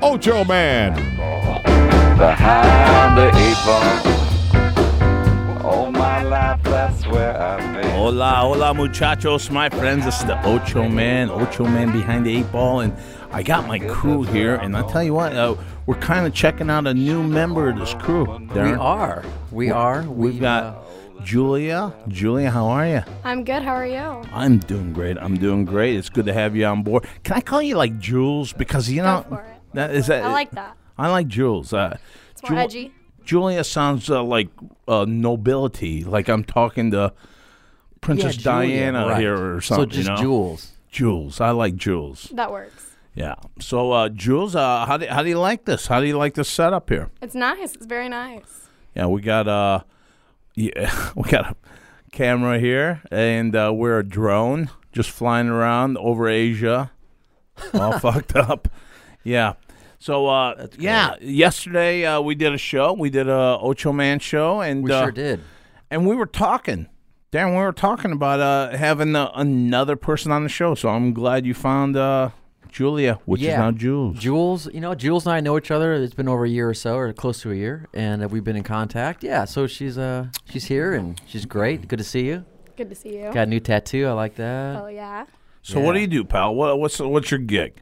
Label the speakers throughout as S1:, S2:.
S1: Ocho Man.
S2: Behind the eight ball. All my life, that's where I've been.
S3: Hola, hola, muchachos, my friends. It's the Ocho Man, Ocho Man behind the eight ball, and I got my crew here. And I tell you what, uh, we're kind of checking out a new member of this crew.
S4: We
S3: Darren.
S4: are. We uh, are.
S3: We've got Julia. Julia, how are you?
S5: I'm good. How are you?
S3: I'm doing great. I'm doing great. It's good to have you on board. Can I call you like Jules? Because you know,
S5: for it.
S3: that is that.
S5: I like that.
S3: I like Jules. Uh, it's
S5: more edgy.
S3: Julia sounds uh, like uh, nobility. Like I'm talking to Princess Diana here or something.
S4: So just
S3: you know?
S4: Jules.
S3: Jules. I like Jules.
S5: That works.
S3: Yeah. So, uh, Jules, uh, how do how do you like this? How do you like this setup here?
S5: It's nice. It's very nice.
S3: Yeah, we got uh, yeah, we got a camera here, and uh, we're a drone just flying around over Asia, all fucked up. Yeah. So, uh, yeah, yesterday uh, we did a show. We did a Ocho Man show, and
S4: We
S3: uh,
S4: sure did.
S3: and we were talking. Dan, we were talking about uh, having uh, another person on the show, so I'm glad you found uh, Julia, which is
S4: Yeah.
S3: now Jules.
S4: Jules, you know, Jules and I know each other. It's been over a year or so, or close to a year, and uh, we've been in contact. Yeah, so she's uh she's here and she's great. Good to see you.
S5: Good to see you.
S4: Got a new tattoo. I like that.
S5: Oh yeah.
S3: so, what do
S4: Yeah.
S3: you do, pal? What, what's what's your gig?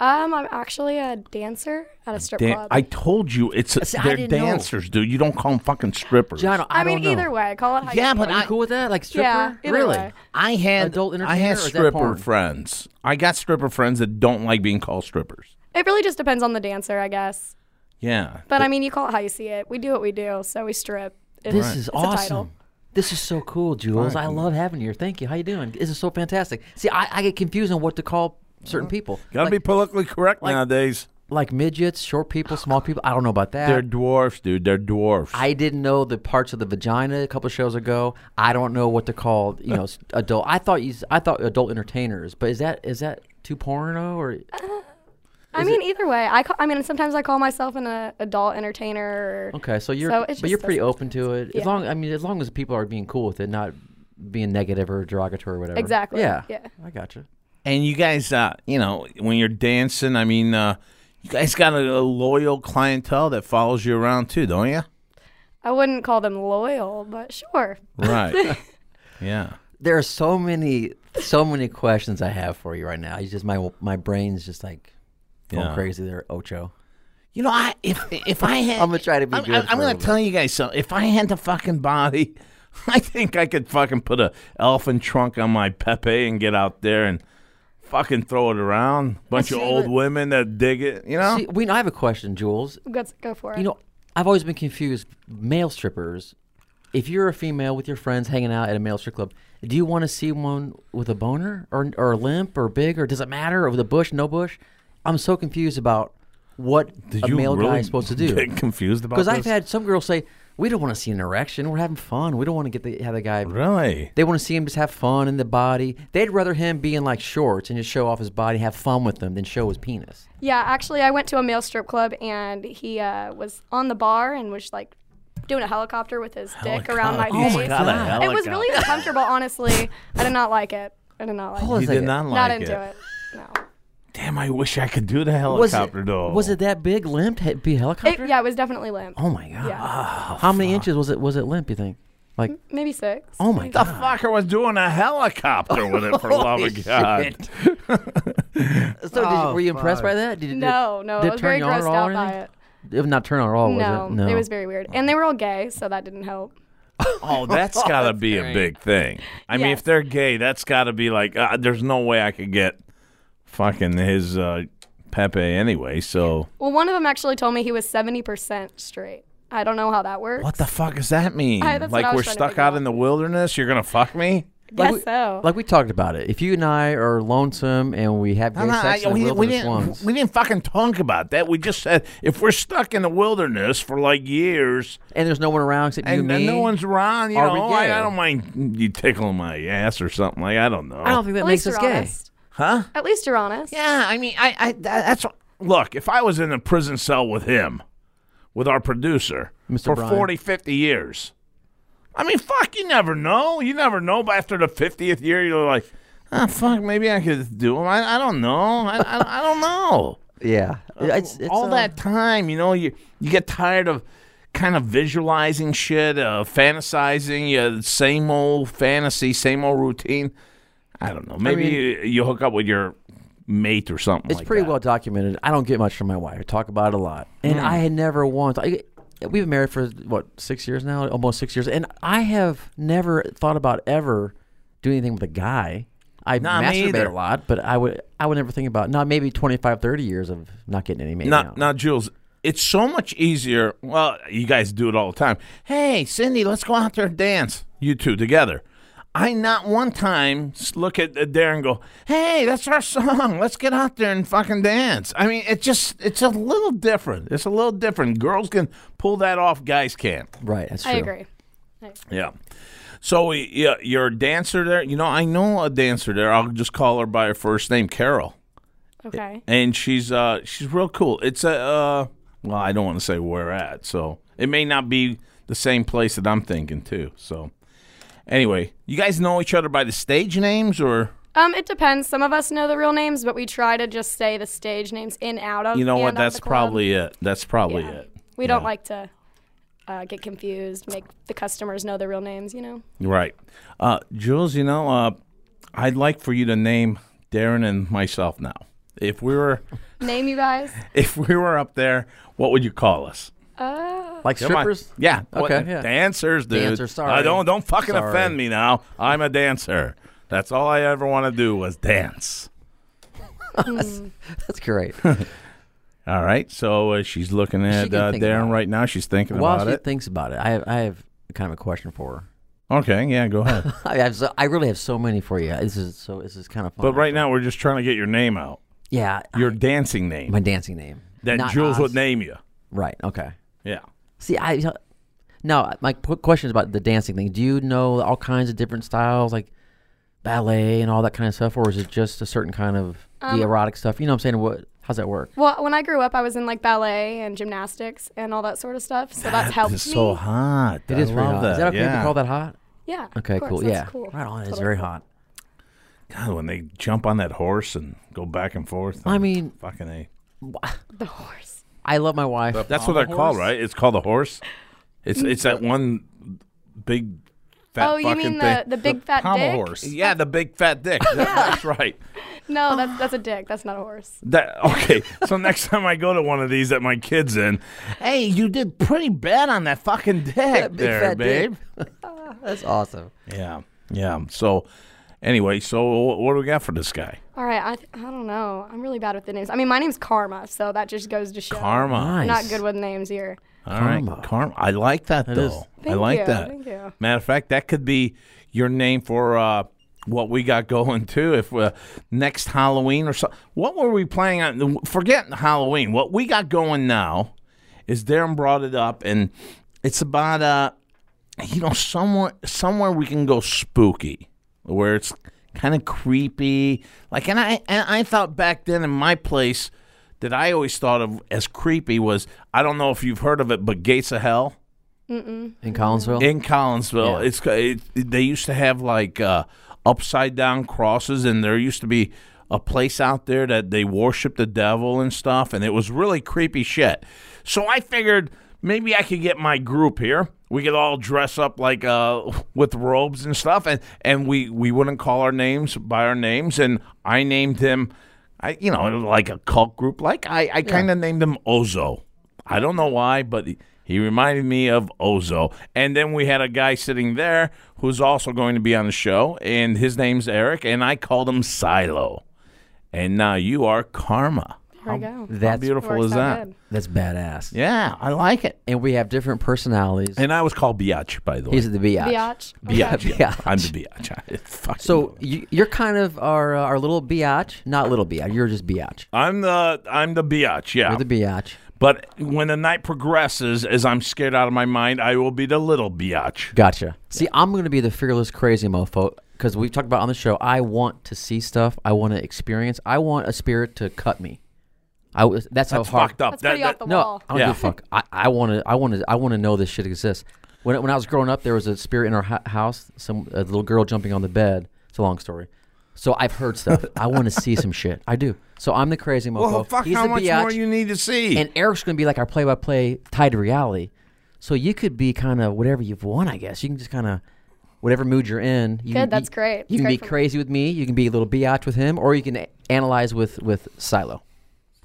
S5: Um, I'm actually a dancer at a strip
S3: Dan-
S5: club.
S3: I told you it's
S4: See, Uh, I
S3: they're
S4: didn't know.
S3: dancers, dude. You don't call them fucking strippers.
S4: John, I,
S5: I mean,
S4: don't know.
S5: either way, call it how
S3: Yeah,
S5: you
S3: but
S5: want.
S4: Are you cool with that? Like stripper?
S5: Yeah, either
S4: really?
S5: way.
S3: I had
S4: Adult
S3: I had
S4: entertainer or is that
S3: stripper
S4: porn?
S3: friends. I got stripper friends that don't like being called strippers.
S5: it really just depends on the dancer, I guess.
S3: Yeah,
S5: But I mean, you call it how you see it. We do what we do, so we strip. It's,
S4: This is
S5: it's a title.
S4: awesome. This is so cool, Jules. I love having you here. Thank you. How you doing? This is so fantastic. See, I, I get confused on what to call certain people.
S3: gotta
S4: like,
S3: be politically correct
S4: like-
S3: nowadays.
S4: like midgets, short people, small people. I don't know about that.
S3: They're dwarfs, dude. They're dwarfs.
S4: I didn't know the parts of the vagina a couple of shows ago. I don't know what to call you know s- adult. I thought you s- I thought adult entertainers, but is that is that too porno or
S5: I mean, either way, I ca- I mean, sometimes I call myself an uh, adult entertainer. or-
S4: okay? So you're
S5: So it's
S4: but you're
S5: just
S4: pretty
S5: those-
S4: open to it as
S5: Yeah.
S4: long I mean as long as people are being cool with it, not being negative or derogatory or whatever.
S5: Exactly.
S4: Yeah.
S5: Yeah.
S4: I gotcha.
S3: and you guys, uh, you know, when you're dancing, I mean, uh, you guys got a, a loyal clientele that follows you around too, don't you?
S5: I wouldn't call them loyal, but sure.
S3: Right. yeah.
S4: There are so many so many questions I have for you right now. It's just my my brain's just like going
S3: Yeah.
S4: crazy there, Ocho.
S3: You know, I if if I had,
S4: I'm gonna try to be
S3: I'm,
S4: good
S3: I'm,
S4: for a
S3: gonna
S4: little
S3: tell you guys something. If I had the fucking body, I think I could fucking put a elephant trunk on my Pepe and get out there and fucking throw it around. Bunch of
S4: See,
S3: old
S4: but-
S3: women that dig it. You know,
S4: See, we I have a question, Jules.
S5: Go, go for it.
S4: You know, I've always been confused. Male strippers. If you're a female with your friends hanging out at a male strip club, do you want to see one with a boner or or limp or big or does it matter or with a bush, no bush? I'm so confused about what
S3: Did
S4: a
S3: you
S4: male
S3: really
S4: guy is supposed to do.
S3: Get confused about
S4: Because
S3: this?
S4: I've had some girls say, "We don't want to see an erection. We're having fun. We don't want to get the have the guy."
S3: really.
S4: They want to see him just have fun in the body. They'd rather him be in like shorts and just show off his body, have fun with them, than show his penis.
S5: Yeah, actually, I went to a male strip club and he uh, was on the bar and was like doing a helicopter with his dick around my
S3: Oh
S5: face.
S3: my god, a
S5: It was
S3: helicopter.
S5: really uncomfortable, honestly. I did not like it. I did not like
S4: Hold on
S5: it.
S4: a
S3: You did
S4: second.
S3: not like
S5: Not
S3: it.
S5: into it. No.
S3: Damn, I wish I could do the
S4: Was it,
S3: helicopter though.
S4: was it that big limp? he- Be a helicopter?
S5: It, yeah, it was definitely limp.
S4: Oh my god.
S5: Yeah.
S4: How many inches was it? Was it limp? You think? Like,
S5: Maybe six.
S4: oh my
S3: The
S4: god.
S3: fucker was doing a helicopter with it, for love
S4: Holy
S3: of God.
S4: shit. So, did you, were you impressed by that? Did, it-
S5: No, no,
S4: did
S5: I
S4: it
S5: was
S4: turn
S5: very
S4: you on at
S5: grossed
S4: all or
S5: out by
S4: anything?
S5: it.
S4: It was not turn on at all,
S5: No,
S4: was it? No,
S5: it was very weird. And they were all gay, so that didn't help.
S3: Oh, that's got to be a
S4: great.
S3: big thing. I mean, if
S5: Yes.
S3: they're gay, that's got to be like, uh, there's no way I could get fucking his uh, Pepe anyway. So,
S5: Well, one of them actually told me he was 70% straight. I don't know how that works.
S3: what the fuck does that mean?
S5: I- that's what I
S3: like,
S5: was
S3: we're
S5: trying to
S3: stuck
S5: figure
S3: out
S5: out.
S3: in the wilderness? You're going to fuck me?
S4: Like
S5: guess
S4: we-
S5: so.
S4: Like we talked about it. If you and I are lonesome and we have gay
S3: No, no,
S4: sex,
S3: I-
S4: then
S3: we,
S4: we'll
S3: we
S4: just
S3: didn't,
S4: once.
S3: we didn't fucking talk about that. We just said if we're stuck in the wilderness for like years
S4: and there's no one around except you
S3: and
S4: and me.
S3: no one's around, you
S4: Are we
S3: know, I, I
S4: gay?
S3: don't mind you tickling my ass or something. Like, I don't know.
S4: I don't think that
S5: At
S4: makes
S5: least
S4: us
S5: you're
S4: gay.
S5: honest.
S3: huh?
S5: At least you're honest.
S3: Yeah, I mean, I, I that- that's what- look. If I was in a prison cell with him, with our producer,
S4: Mr.
S3: for
S4: Bryan.
S3: forty, fifty 40, 50 years, I mean, fuck, you never know. You never know. But after the fiftieth year, you're like, ah, fuck, maybe I could do him. I, I don't know. I, I, I don't know.
S4: Yeah, it's, it's
S3: All
S4: uh,
S3: that time, you know, you you get tired of kind of visualizing shit, uh, fantasizing, uh, same old fantasy, same old routine. I don't know. Maybe
S4: mean-
S3: you, you hook up with your mate or something.
S4: It's
S3: like
S4: pretty
S3: that. Hmm.
S4: well documented. I don't get much from my wife. I talk about it a lot, and I had never once. I, we've been married for what six years now, almost six years, and I have never thought about ever doing anything with a guy. I
S3: Nah, me
S4: masturbate
S3: either.
S4: a lot, but I would I would never think about not maybe 25, 30 years of not getting any man.
S3: Now, now, Jules, it's so much easier. Well, you guys do it all the time. Hey, Cindy, let's go out there and dance. You two together. I not one time s- look at uh, there and go, "Hey, that's our song. Let's get out there and fucking dance." I mean, it just it's a little different. It's a little different. Girls can pull that off. Guys can't.
S4: right? That's true.
S5: I agree.
S3: Yeah. So y- yeah, you're a dancer there. You know, I know a dancer there. I'll just call her by her first name, Carol.
S5: Okay.
S3: and she's uh she's real cool. It's a uh well, I don't want to say where at, so it may not be the same place that I'm thinking too. So anyway, you guys know each other by the stage names or
S5: Um, it depends. Some of us know the real names, but we try to just say the stage names in out of.
S3: you know
S5: and
S3: what?
S5: of
S3: That's
S5: the club.
S3: probably it. That's probably it.
S5: We don't like to uh, get confused. Make the customers know their real names. You know.
S3: Right. Uh Jules, you know, uh I'd like for you to name Darren and myself now. If we were
S5: Name you guys.
S3: if we were up there, what would you call us?
S5: Uh,
S4: Like
S3: Come on.
S4: strippers.
S3: Yeah.
S4: Okay,
S3: What-
S4: yeah.
S3: Dancers, dude.
S4: Dancer, sorry.
S3: Uh, don't don't fucking
S4: Sorry.
S3: offend me now. I'm a dancer. That's all I ever want to do was dance.
S4: That's great.
S3: All right. So uh, she's looking at
S4: can
S3: uh,
S4: think
S3: Darren
S4: about it.
S3: right now. She's thinking
S4: While
S3: about
S4: she
S3: it.
S4: thinks about it, I have, I have kind of a question for her.
S3: okay. Yeah. Go ahead.
S4: I have so, I really have so many for you. This is so this is kind of fun.
S3: but right now we're just trying to get your name out.
S4: yeah,
S3: Your dancing name
S4: my dancing name
S3: that
S4: Not
S3: Jules
S4: Oz.
S3: would name you.
S4: Right. Okay.
S3: Yeah.
S4: See, I uh, no. My qu- question is about the dancing thing. Do you know all kinds of different styles, like ballet and all that kind of stuff, or is it just a certain kind of
S5: Um,
S4: the erotic stuff? You know what I'm saying? What? How's that work?
S5: well, when I grew up, I was in like ballet and gymnastics and all that sort of stuff. So that's helped
S3: It's
S5: me.
S3: so hot.
S4: It
S3: I
S4: is pretty
S3: love
S4: hot.
S3: That.
S4: Is that okay
S3: yeah.
S4: to call that hot?
S5: Yeah. of
S4: Okay.
S5: course,
S4: cool.
S5: that's
S4: yeah.
S5: Cool.
S4: Right on. It's
S5: Totally
S4: very
S5: cool.
S4: hot.
S3: God, when they jump on that horse and go back and forth.
S4: I
S3: and
S4: mean-
S3: fucking a.
S5: The horse.
S4: I love my wife.
S3: That's what they're called, right? It's called a horse. It's it's that one big fat
S5: Mm. Oh, you
S3: fucking
S5: mean the,
S3: thing.
S5: the big fat dick?
S3: Yeah, the big fat dick. That- That's right.
S5: No, that's that's a dick. That's not a horse.
S3: That okay. So next time I go to one of these that my kids in, hey, you did pretty bad on that fucking dick
S4: big
S3: there,
S4: fat dick.
S3: babe.
S4: That's awesome.
S3: Yeah, yeah. So anyway, so wh- what do we got for this guy?
S5: All right. I, th- I don't know. I'm really bad with the names. I mean, my name's Karma, so that just goes to show.
S3: Karma.
S5: I'm
S4: Nice.
S5: not good with names here.
S3: All right,
S4: Karma.
S3: karma. I like that, though.
S4: is-
S3: I
S5: Thank
S3: like
S5: you,
S3: that.
S5: thank you.
S3: Matter of fact, that could be your name for uh, what we got going too. If uh, next Halloween or so, what were we planning on? Forget Halloween. What we got going now is Darren brought it up, and it's about uh, you know somewhere somewhere we can go spooky where it's kind of creepy like and i and i thought back then in my place that i always thought of as creepy was i don't know if you've heard of it but gates of hell
S4: In Collinsville.
S3: in collinsville it's it, they used to have like uh, upside down crosses and there used to be a place out there that they worshiped the devil and stuff and it was really creepy shit so i figured maybe i could get my group here we could all dress up like uh, with robes and stuff and, and we, we wouldn't call our names by our names and i named him I, you know like a cult group like i, I kind of named him ozo I don't know why, but he- he reminded me of Ozo. And then we had a guy sitting there who's also going to be on the show, and his name's Eric, and I called him Silo. And now you are Karma.
S5: There we go.
S3: How
S4: That's
S3: beautiful
S5: Works
S3: is
S5: out
S3: that?
S5: good.
S4: That's badass.
S3: Yeah, I like it.
S4: And we have different personalities.
S3: And I was called Biatch, by the way.
S4: He's at the biatch.
S5: Biatch.
S3: Biatch.
S5: Okay.
S3: yeah. I'm the Biatch. I fucking
S4: So
S3: love it.
S4: you, you're kind of our uh, our little biatch, not little biatch. You're just biatch.
S3: I'm the I'm the Biatch. Yeah.
S4: You're the biatch.
S3: but when the night progresses, as I'm scared out of my mind, I will be the little Biatch.
S4: Gotcha. See, I'm going to be the fearless crazy mofo because we've talked about on the show. I want to see stuff. I want to experience. I want a spirit to cut me. I was.
S3: That's
S4: That's, how hard.
S3: fucked up.
S5: That's
S3: That-
S5: pretty
S3: that-
S5: off the
S4: No,
S5: wall.
S4: I don't
S3: Yeah.
S4: give a fuck. I- I want to. I want to. I want to know this shit exists. When I- when I was growing up, there was a spirit in our hou- house. Some a little girl jumping on the bed. It's a long story. So I've heard stuff. I want to see some shit. I do. So I'm the crazy mofo.
S3: Well, fuck,
S4: He's
S3: how
S4: the
S3: much
S4: biatch.
S3: more you need to see?
S4: and Eric's going to be like our play-by-play tied to reality. So you could be kind of whatever you've won, I guess. You can just kind of whatever mood you're in. You
S5: Good,
S4: can,
S5: that's
S4: you-
S5: great.
S4: You can
S5: Great
S4: be
S5: for me.
S4: crazy with me. You can be a little biatch with him, or you can a- analyze with with Silo.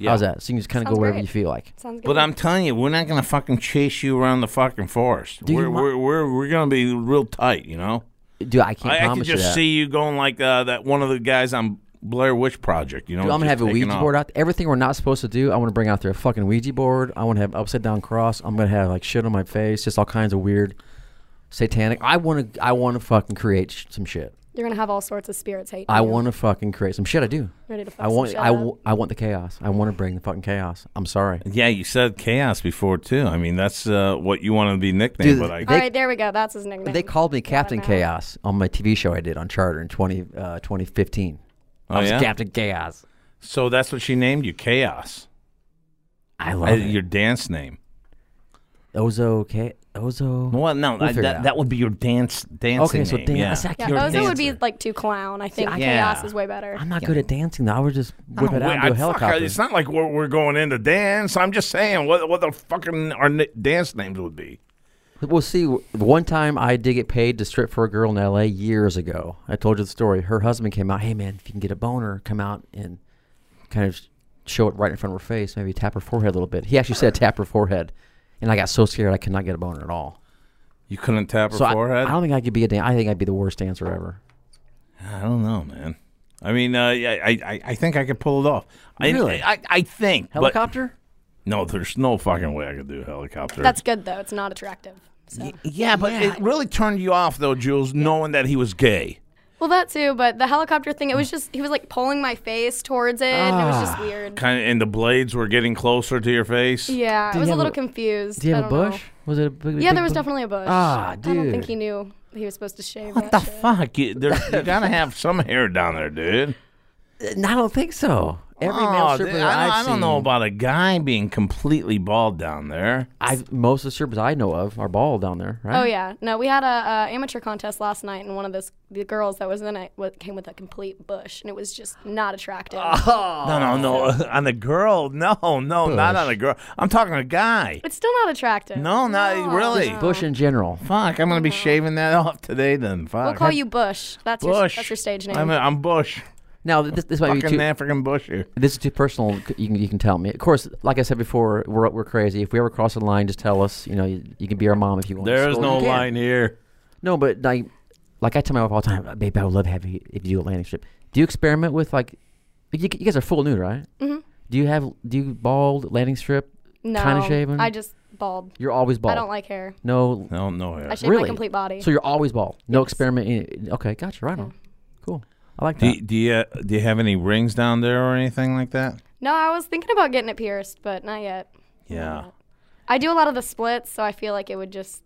S4: How's that? So you can just kind of go
S5: Sounds
S4: wherever
S5: great.
S4: you feel like.
S5: Sounds good.
S3: but I'm telling you, we're not gonna fucking chase you around the fucking forest.
S4: you
S3: We're,
S4: mi-
S3: we're, we're we're gonna be real tight, you know.
S4: Dude, I can't
S3: I, I could
S4: promise you
S3: just
S4: that.
S3: see you going like uh, that one of the guys on Blair Witch Project. You know,
S4: Dude, I'm gonna
S3: just
S4: have a
S3: taking
S4: Ouija
S3: off.
S4: board out. Everything we're not supposed to do, I want to bring out there. A fucking Ouija board. I want to have upside down cross. I'm gonna have like shit on my face. Just all kinds of weird, satanic. I want to. I want to fucking create sh- some shit.
S5: You're gonna have all sorts of spirits hating.
S4: I
S5: you.
S4: want to fucking create some shit. I do.
S5: Ready to fuck
S4: I
S5: some
S4: want.
S5: shit
S4: I,
S5: up.
S4: w- I want the chaos. I want to bring the fucking chaos. I'm sorry.
S3: Yeah, you said chaos before too. I mean, that's uh, what you want to be nicknamed.
S4: Dude,
S3: but I,
S4: they-
S5: all right, there we go. That's his nickname.
S4: They called me Captain
S5: out.
S4: Chaos on my TV show I did on Charter in 20, uh, 2015.
S3: Oh,
S4: I was
S3: yeah?
S4: Captain Chaos.
S3: so that's what she named you, chaos.
S4: I
S3: Uh,
S4: love
S3: your
S4: it.
S3: dance name.
S4: Ozo. K- Ozo.
S3: Well, no,
S4: We'll
S3: I-
S4: figure it
S3: that,
S4: out.
S3: that would be your dance dancing
S4: Okay, so
S3: name.
S4: dance. I
S5: Yeah,
S4: can't
S5: Ozo
S4: dance.
S5: would be like too clown. I think
S3: I-
S5: chaos
S3: Yeah.
S5: is way better.
S4: I'm not good at dancing though. I would just whip
S3: No,
S4: it out
S3: wait,
S4: and do a
S3: I- fuck, I-
S4: helicopter.
S3: it's not like we're, we're going into dance. I'm just saying what what the fucking our ni- dance names would be.
S4: We'll see. One time I did get paid to strip for a girl in L.A. years ago. I told you the story. Her husband came out. Hey man, if you can get a boner, come out and kind of show it right in front of her face. Maybe tap her forehead a little bit. He actually said tap her forehead, and I got so scared I could not get a boner at all.
S3: You couldn't tap her
S4: So I,
S3: forehead.
S4: I don't think I could be a dan- I think I'd be the worst dancer ever.
S3: I don't know, man. I mean, uh, yeah, I, I I think I could pull it off. I-
S4: Really?
S3: I, I, I think. but-
S4: Helicopter?
S3: no, there's no fucking way I could do helicopter.
S5: That's good though. It's not attractive. So.
S3: yeah, but it really turned you off though, Jules, knowing that he was gay.
S5: Well, that too. But the helicopter thing, it was just he was like pulling my face towards it. and It
S4: Ah.
S5: was just weird.
S3: Kind of, and the blades were getting closer to your face.
S5: Yeah,
S4: Did
S5: I was
S4: he
S5: a
S4: have
S5: little
S4: a-
S5: confused.
S4: Do you have
S5: I
S4: a
S5: don't know.
S4: bush? Was it a big?
S5: Yeah,
S4: big
S5: there was
S4: bu-
S5: definitely a bush.
S4: Ah,
S5: I don't think
S4: dude.
S5: he knew he was supposed to shave.
S3: What the
S5: that shit.
S3: fuck? You, there, you gotta have some hair down there, dude.
S4: No, I don't think so. Every
S3: Oh,
S4: male stripper
S3: dude,
S4: that
S3: I,
S4: I've
S3: I don't
S4: seen,
S3: know about a guy being completely bald down there.
S4: I've, most of the strippers I know of are bald down there, right?
S5: Oh yeah, no, we had a, uh amateur contest last night, and one of this, the girls that was in it wa- came with a complete bush, and it was just not attractive.
S4: Oh.
S3: No, no, no. On a girl? No, no, not on a girl. I'm talking a guy.
S5: It's still not attractive.
S3: No, not really.
S4: Bush in general.
S3: Fuck, I'm gonna be shaving that off today. Then fuck.
S5: We'll call you Bush. That's your
S3: Bush.
S5: that's your stage name.
S3: I'm, I'm Bush.
S4: Now this, this might be
S3: Fucking
S4: too.
S3: African Bush here.
S4: This is too personal. c- You can you can tell me. Of course, like I said before, we're we're crazy. If we ever cross the line, just tell us. You know, you, you can be our mom if you want.
S3: There is
S4: Scold-
S3: no
S4: you can.
S3: line here.
S4: No, but like, like I tell my wife all the time, babe, I would love to have you if you do a landing strip. Do you experiment with like, you, you guys are full nude, right? Mm-hmm. Do you have do you bald landing strip?
S5: no,
S4: kinda shaven?
S5: I just bald.
S4: You're always bald.
S5: I don't like hair.
S4: No,
S3: No, no hair.
S5: I shave
S4: really.
S5: my complete body.
S4: So you're always bald. No experiment. in- Okay, gotcha. Right on. Cool. I like
S3: Do
S4: that.
S3: you, do you uh, do you have any rings down there or anything like that?
S5: no, I was thinking about getting it pierced, but not yet.
S3: Yeah.
S5: I do a lot of the splits, so I feel like it would just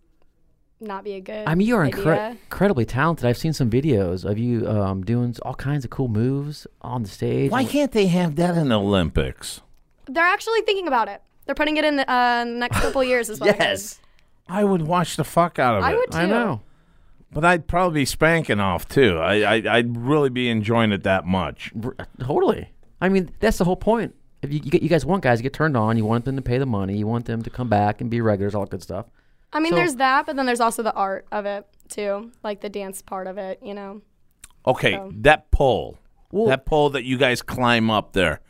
S5: not be a good.
S4: I mean, you are
S5: idea.
S4: incre- incredibly talented. I've seen some videos of you um, doing all kinds of cool moves on the stage.
S3: Why can't they have that in the Olympics?
S5: They're actually thinking about it. They're putting it in the uh, next couple years, is what I heard.
S4: Yes.
S3: I would watch the fuck out of
S5: I
S3: it,
S5: would too.
S4: I know.
S3: but I'd probably be spanking off too. I, I I'd really be enjoying it that much.
S4: R- Totally. I mean, that's the whole point. If you, you, get- you guys want guys to get turned on, you want them to pay the money, you want them to come back and be regulars, all that good stuff.
S5: I mean,
S4: So-
S5: there's that, but then there's also the art of it too, like the dance part of it. You know,
S3: Okay, that pole.
S4: Well-
S3: that pole that you guys climb up there.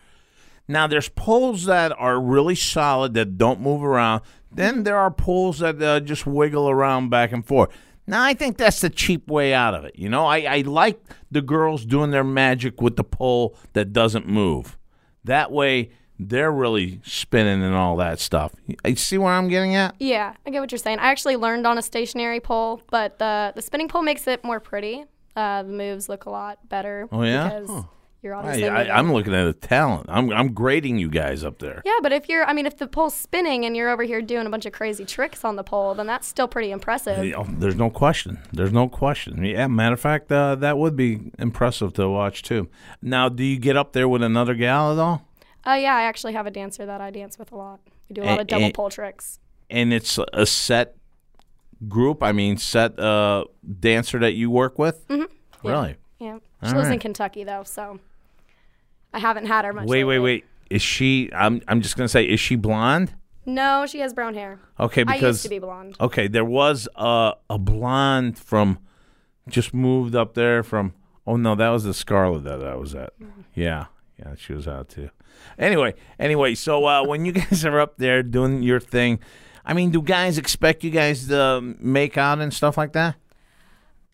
S3: Now there's poles that are really solid that don't move around. Then there are poles that uh, just wiggle around back and forth. Now I think that's the cheap way out of it. You know, I, I like the girls doing their magic with the pole that doesn't move. That way they're really spinning and all that stuff. You see where I'm getting at?
S5: Yeah, I get what you're saying. I actually learned on a stationary pole, but the the spinning pole makes it more pretty. Uh, the moves look a lot better.
S3: Oh, yeah?
S5: because
S3: Huh.
S5: you're
S3: I,
S5: obviously. moving.
S3: I, I'm looking at a talent. I'm I'm grading you guys up there.
S5: yeah, but if you're, I mean, if the pole's spinning and you're over here doing a bunch of crazy tricks on the pole, then that's still pretty impressive.
S3: Yeah, oh, there's no question. There's no question. Yeah, matter of fact, uh, that would be impressive to watch too. Now, do you get up there with another gal at all?
S5: Uh, yeah, I actually have a dancer that I dance with a lot. We do a lot
S3: A-
S5: of double
S3: a-
S5: pole tricks.
S3: And it's a set group. I mean, set uh, dancer that you work with. Mm-hmm. Really?
S5: Yeah, she lives in
S3: right.
S5: Kentucky though, so I haven't had her much.
S3: Wait, wait,
S5: lately.
S3: wait. Is she? I'm I'm just gonna say, is she blonde?
S5: No, she has brown hair.
S3: Okay,
S5: I
S3: because
S5: used to be blonde.
S3: Okay, there was a a blonde from just moved up there from. Oh no, that was the Scarlet that I was at. Yeah, yeah, she was out too. Anyway, anyway, so uh, when you guys are up there doing your thing, I mean, do guys expect you guys to make out and stuff like that?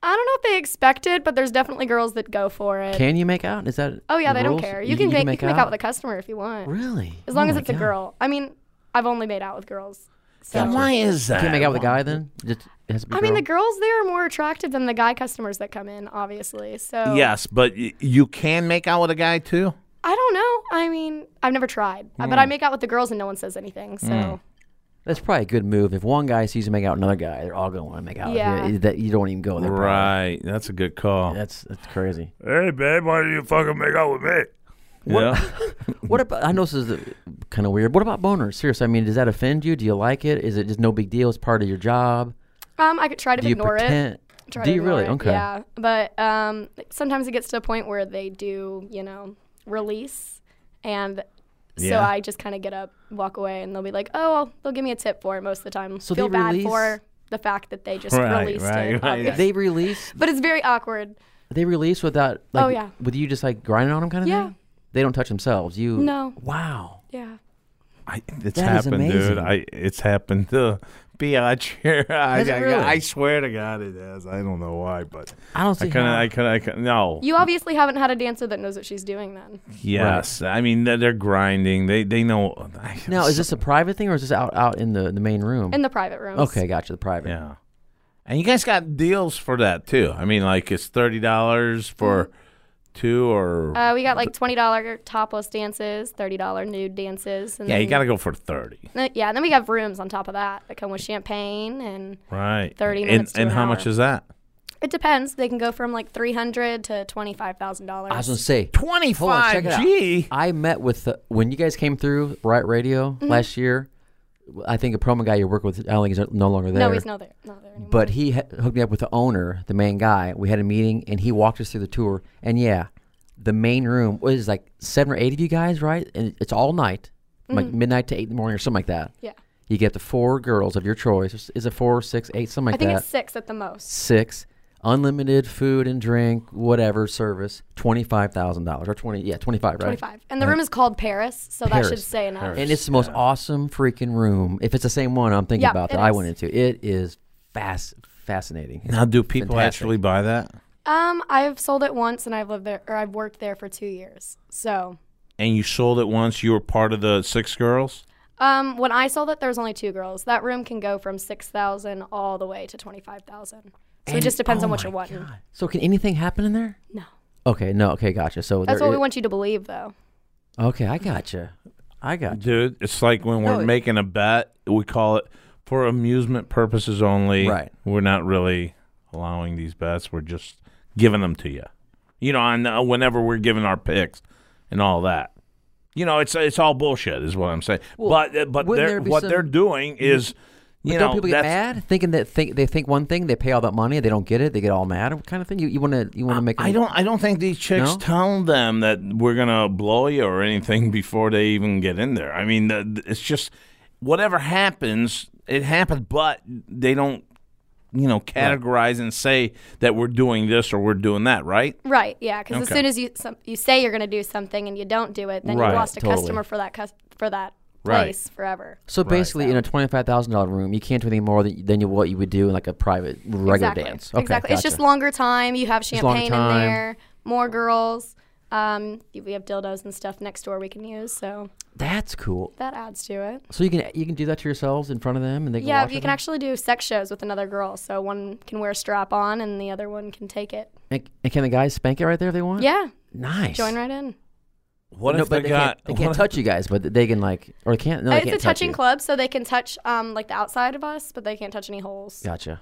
S5: I don't know if they expect it, but there's definitely girls that go for it.
S4: Can you make out? Is that?
S5: oh yeah,
S4: the
S5: they
S4: rules?
S5: don't care. You, can, make, you can make out with a customer if you want,
S4: Really?
S5: as long
S4: Oh
S5: as
S4: my
S5: it's a
S4: God.
S5: girl. I mean, I've only made out with girls. So.
S3: Now, Why is that?
S4: Can't make out with a guy then. Just, it has to be a
S5: I mean,
S4: girl?
S5: the girls there are more attractive than the guy customers that come in, obviously. So
S3: Yes, but y- you can make out with a guy too.
S5: I don't know. I mean, I've never tried, Uh, but I make out with the girls and no one says anything. So
S4: That's probably a good move. If one guy sees you make out another guy, they're all going to want to make out. with you.
S5: Yeah.
S4: It- That you don't even go there. probably.
S3: Right, that's a good call.
S4: That's that's crazy.
S3: Hey, babe, why do you fucking make out with me? Yeah.
S4: What about? I know this is kind of weird. What about boners? Seriously, I mean, does that offend you? Do you like it? Is it just no big deal? It's part of your job.
S5: um, I could try to
S4: Do you
S5: ignore it.
S4: pretend?
S5: Try
S4: Do
S5: to
S4: you
S5: ignore
S4: really?
S5: it,
S4: Okay.
S5: Yeah, but um, sometimes it gets to a point where they do, you know, release, and so
S3: Yeah.
S5: I just kind of get up, walk away, and they'll be like, "Oh, well, they'll give me a tip for it most of the time."
S4: So
S5: Feel
S4: they
S5: bad
S4: release-
S5: for the fact that they just
S3: Right,
S5: released
S3: right,
S5: it.
S3: right.
S5: obviously.
S4: They release.
S5: But it's very awkward.
S4: They release without. Like,
S5: Oh, yeah.
S4: With you just like grinding on them, kind of
S5: Yeah.
S4: thing. They don't touch themselves. You.
S5: No.
S4: Wow.
S5: Yeah.
S3: I, it's
S4: That is
S3: happened, dude.
S4: amazing.
S3: I it's happened to be out here. I,
S4: Has it
S3: I,
S4: really?
S3: I swear to God, it has. I don't know why, but
S4: I don't see
S3: I couldn't.
S4: how.
S3: I couldn't. I couldn't. No.
S5: You obviously haven't had a dancer that knows what she's doing. Then
S3: yes. I mean, they're, they're grinding. They they know.
S4: now, is this a private thing or is this out out in the the main room?
S5: in the private rooms.
S4: okay, gotcha. The private.
S3: Yeah. And you guys got deals for that too. I mean, like it's thirty dollars for
S4: Mm-hmm.
S3: two or
S4: Um,
S5: Uh, we got like twenty dollar topless dances, thirty dollar nude dances, and
S3: yeah. You
S5: then-
S3: got to go for thirty,
S5: Uh, yeah, and then we have rooms on top of that that come with champagne, and
S3: right?
S5: 30
S3: And-
S5: minutes to
S3: And,
S5: an
S3: how much
S5: hour.
S3: is that?
S5: it depends. They can go from like three hundred to twenty five thousand
S4: I was gonna
S5: dollars.
S4: say.
S3: Twenty
S4: Hold on, check
S3: five.
S4: it out.
S3: Gee.
S4: I met with the, when you guys came through Riot Radio
S5: Mm-hmm.
S4: last year. I think a promo guy you work with, I don't think he's no longer there.
S5: No, he's not there. Not there anymore.
S4: But he ha- hooked me up with the owner, the main guy. We had a meeting, and he walked us through the tour. And yeah, the main room was like seven or eight of you guys, right? And it's all night, from, like midnight to eight in the morning or something like that.
S5: Mm-hmm. yeah,
S4: You get the four girls of your choice. Is it four, six, eight, something
S5: I
S4: like
S5: think
S4: that?
S5: it's six at the most.
S4: six. Unlimited food and drink, whatever service, twenty five thousand dollars or twenty, yeah, twenty five, right?
S5: Twenty five, and the room is called Paris, so
S4: Paris.
S5: that should say enough.
S4: And it's the most awesome freaking room. If it's the same one I'm thinking
S5: Yeah,
S4: about
S5: it
S4: that I
S5: is.
S4: went into, it is fast, fascinating. It's
S3: Now, do people
S4: fantastic.
S3: actually buy that?
S5: Um, I've sold it once, and I've lived there, or I've worked there for two years. So,
S3: And you sold it once. You were part of the six girls.
S5: um, when I sold it, there was only two girls. That room can go from six thousand all the way to twenty five thousand. So it
S4: And-
S5: just depends
S4: oh
S5: on what
S4: my
S5: you're wanting.
S4: So can anything happen in there?
S5: No.
S4: Okay, no, okay, gotcha. So
S5: That's
S4: there
S5: what we
S4: i-
S5: want you to believe, though.
S4: Okay, I gotcha. I gotcha.
S3: Dude, it's like when we're
S4: No, it-
S3: making a bet, we call it for amusement purposes only.
S4: Right.
S3: We're not really allowing these bets. We're just giving them to you. You know, on uh, whenever we're giving our picks and all that. You know, it's it's all bullshit, is what I'm saying. but uh, but
S4: wouldn't
S3: they're,
S4: there be
S3: what
S4: some-
S3: they're doing is, you
S4: But
S3: know,
S4: don't people get
S3: that's-
S4: mad thinking that think they think one thing, they pay all that money, they don't get it, they get all mad, kind of thing. You you want to you want to make?
S3: I
S4: them-
S3: don't. I don't think these chicks
S4: No?
S3: tell them that we're gonna blow you or anything before they even get in there. I mean, the, it's just whatever happens, it happens. But they don't, you know, categorize and say that we're doing this or we're doing that. Right?
S5: Right. Yeah. Because as
S3: Okay.
S5: soon as you some, you say you're going to do something and you don't do it, then
S3: Right,
S5: you lost a
S4: totally.
S5: customer for that cus- for that
S3: Right.
S5: place forever.
S4: So basically, in a twenty five thousand dollar room, you can't do anything more than, than you, what you would do in like a private regular
S5: exactly.
S4: dance. Okay,
S5: exactly. It's just
S4: gotcha.
S5: longer time. You have
S4: longer
S5: champagne in
S4: time.
S5: there. More girls. Um, we have dildos and stuff next door we can use, so
S4: That's cool.
S5: that adds to it.
S4: So you can you can do that to yourselves in front of them, and they can
S5: Yeah,
S4: watch
S5: you
S4: it
S5: can
S4: then?
S5: actually do sex shows with another girl, so one can wear a strap on and the other one can take it.
S4: And, and can the guys spank it right there if they want?
S5: Yeah,
S4: nice.
S5: join right in.
S6: What
S4: no,
S6: if
S4: but
S6: they,
S4: they
S6: got?
S4: can't, they can't
S6: what-
S4: touch you guys, but they can like or they can't. No, they
S5: it's
S4: can't
S5: a
S4: touch
S5: touching
S4: you.
S5: club, so they can touch um like the outside of us, but they can't touch any holes.
S4: Gotcha.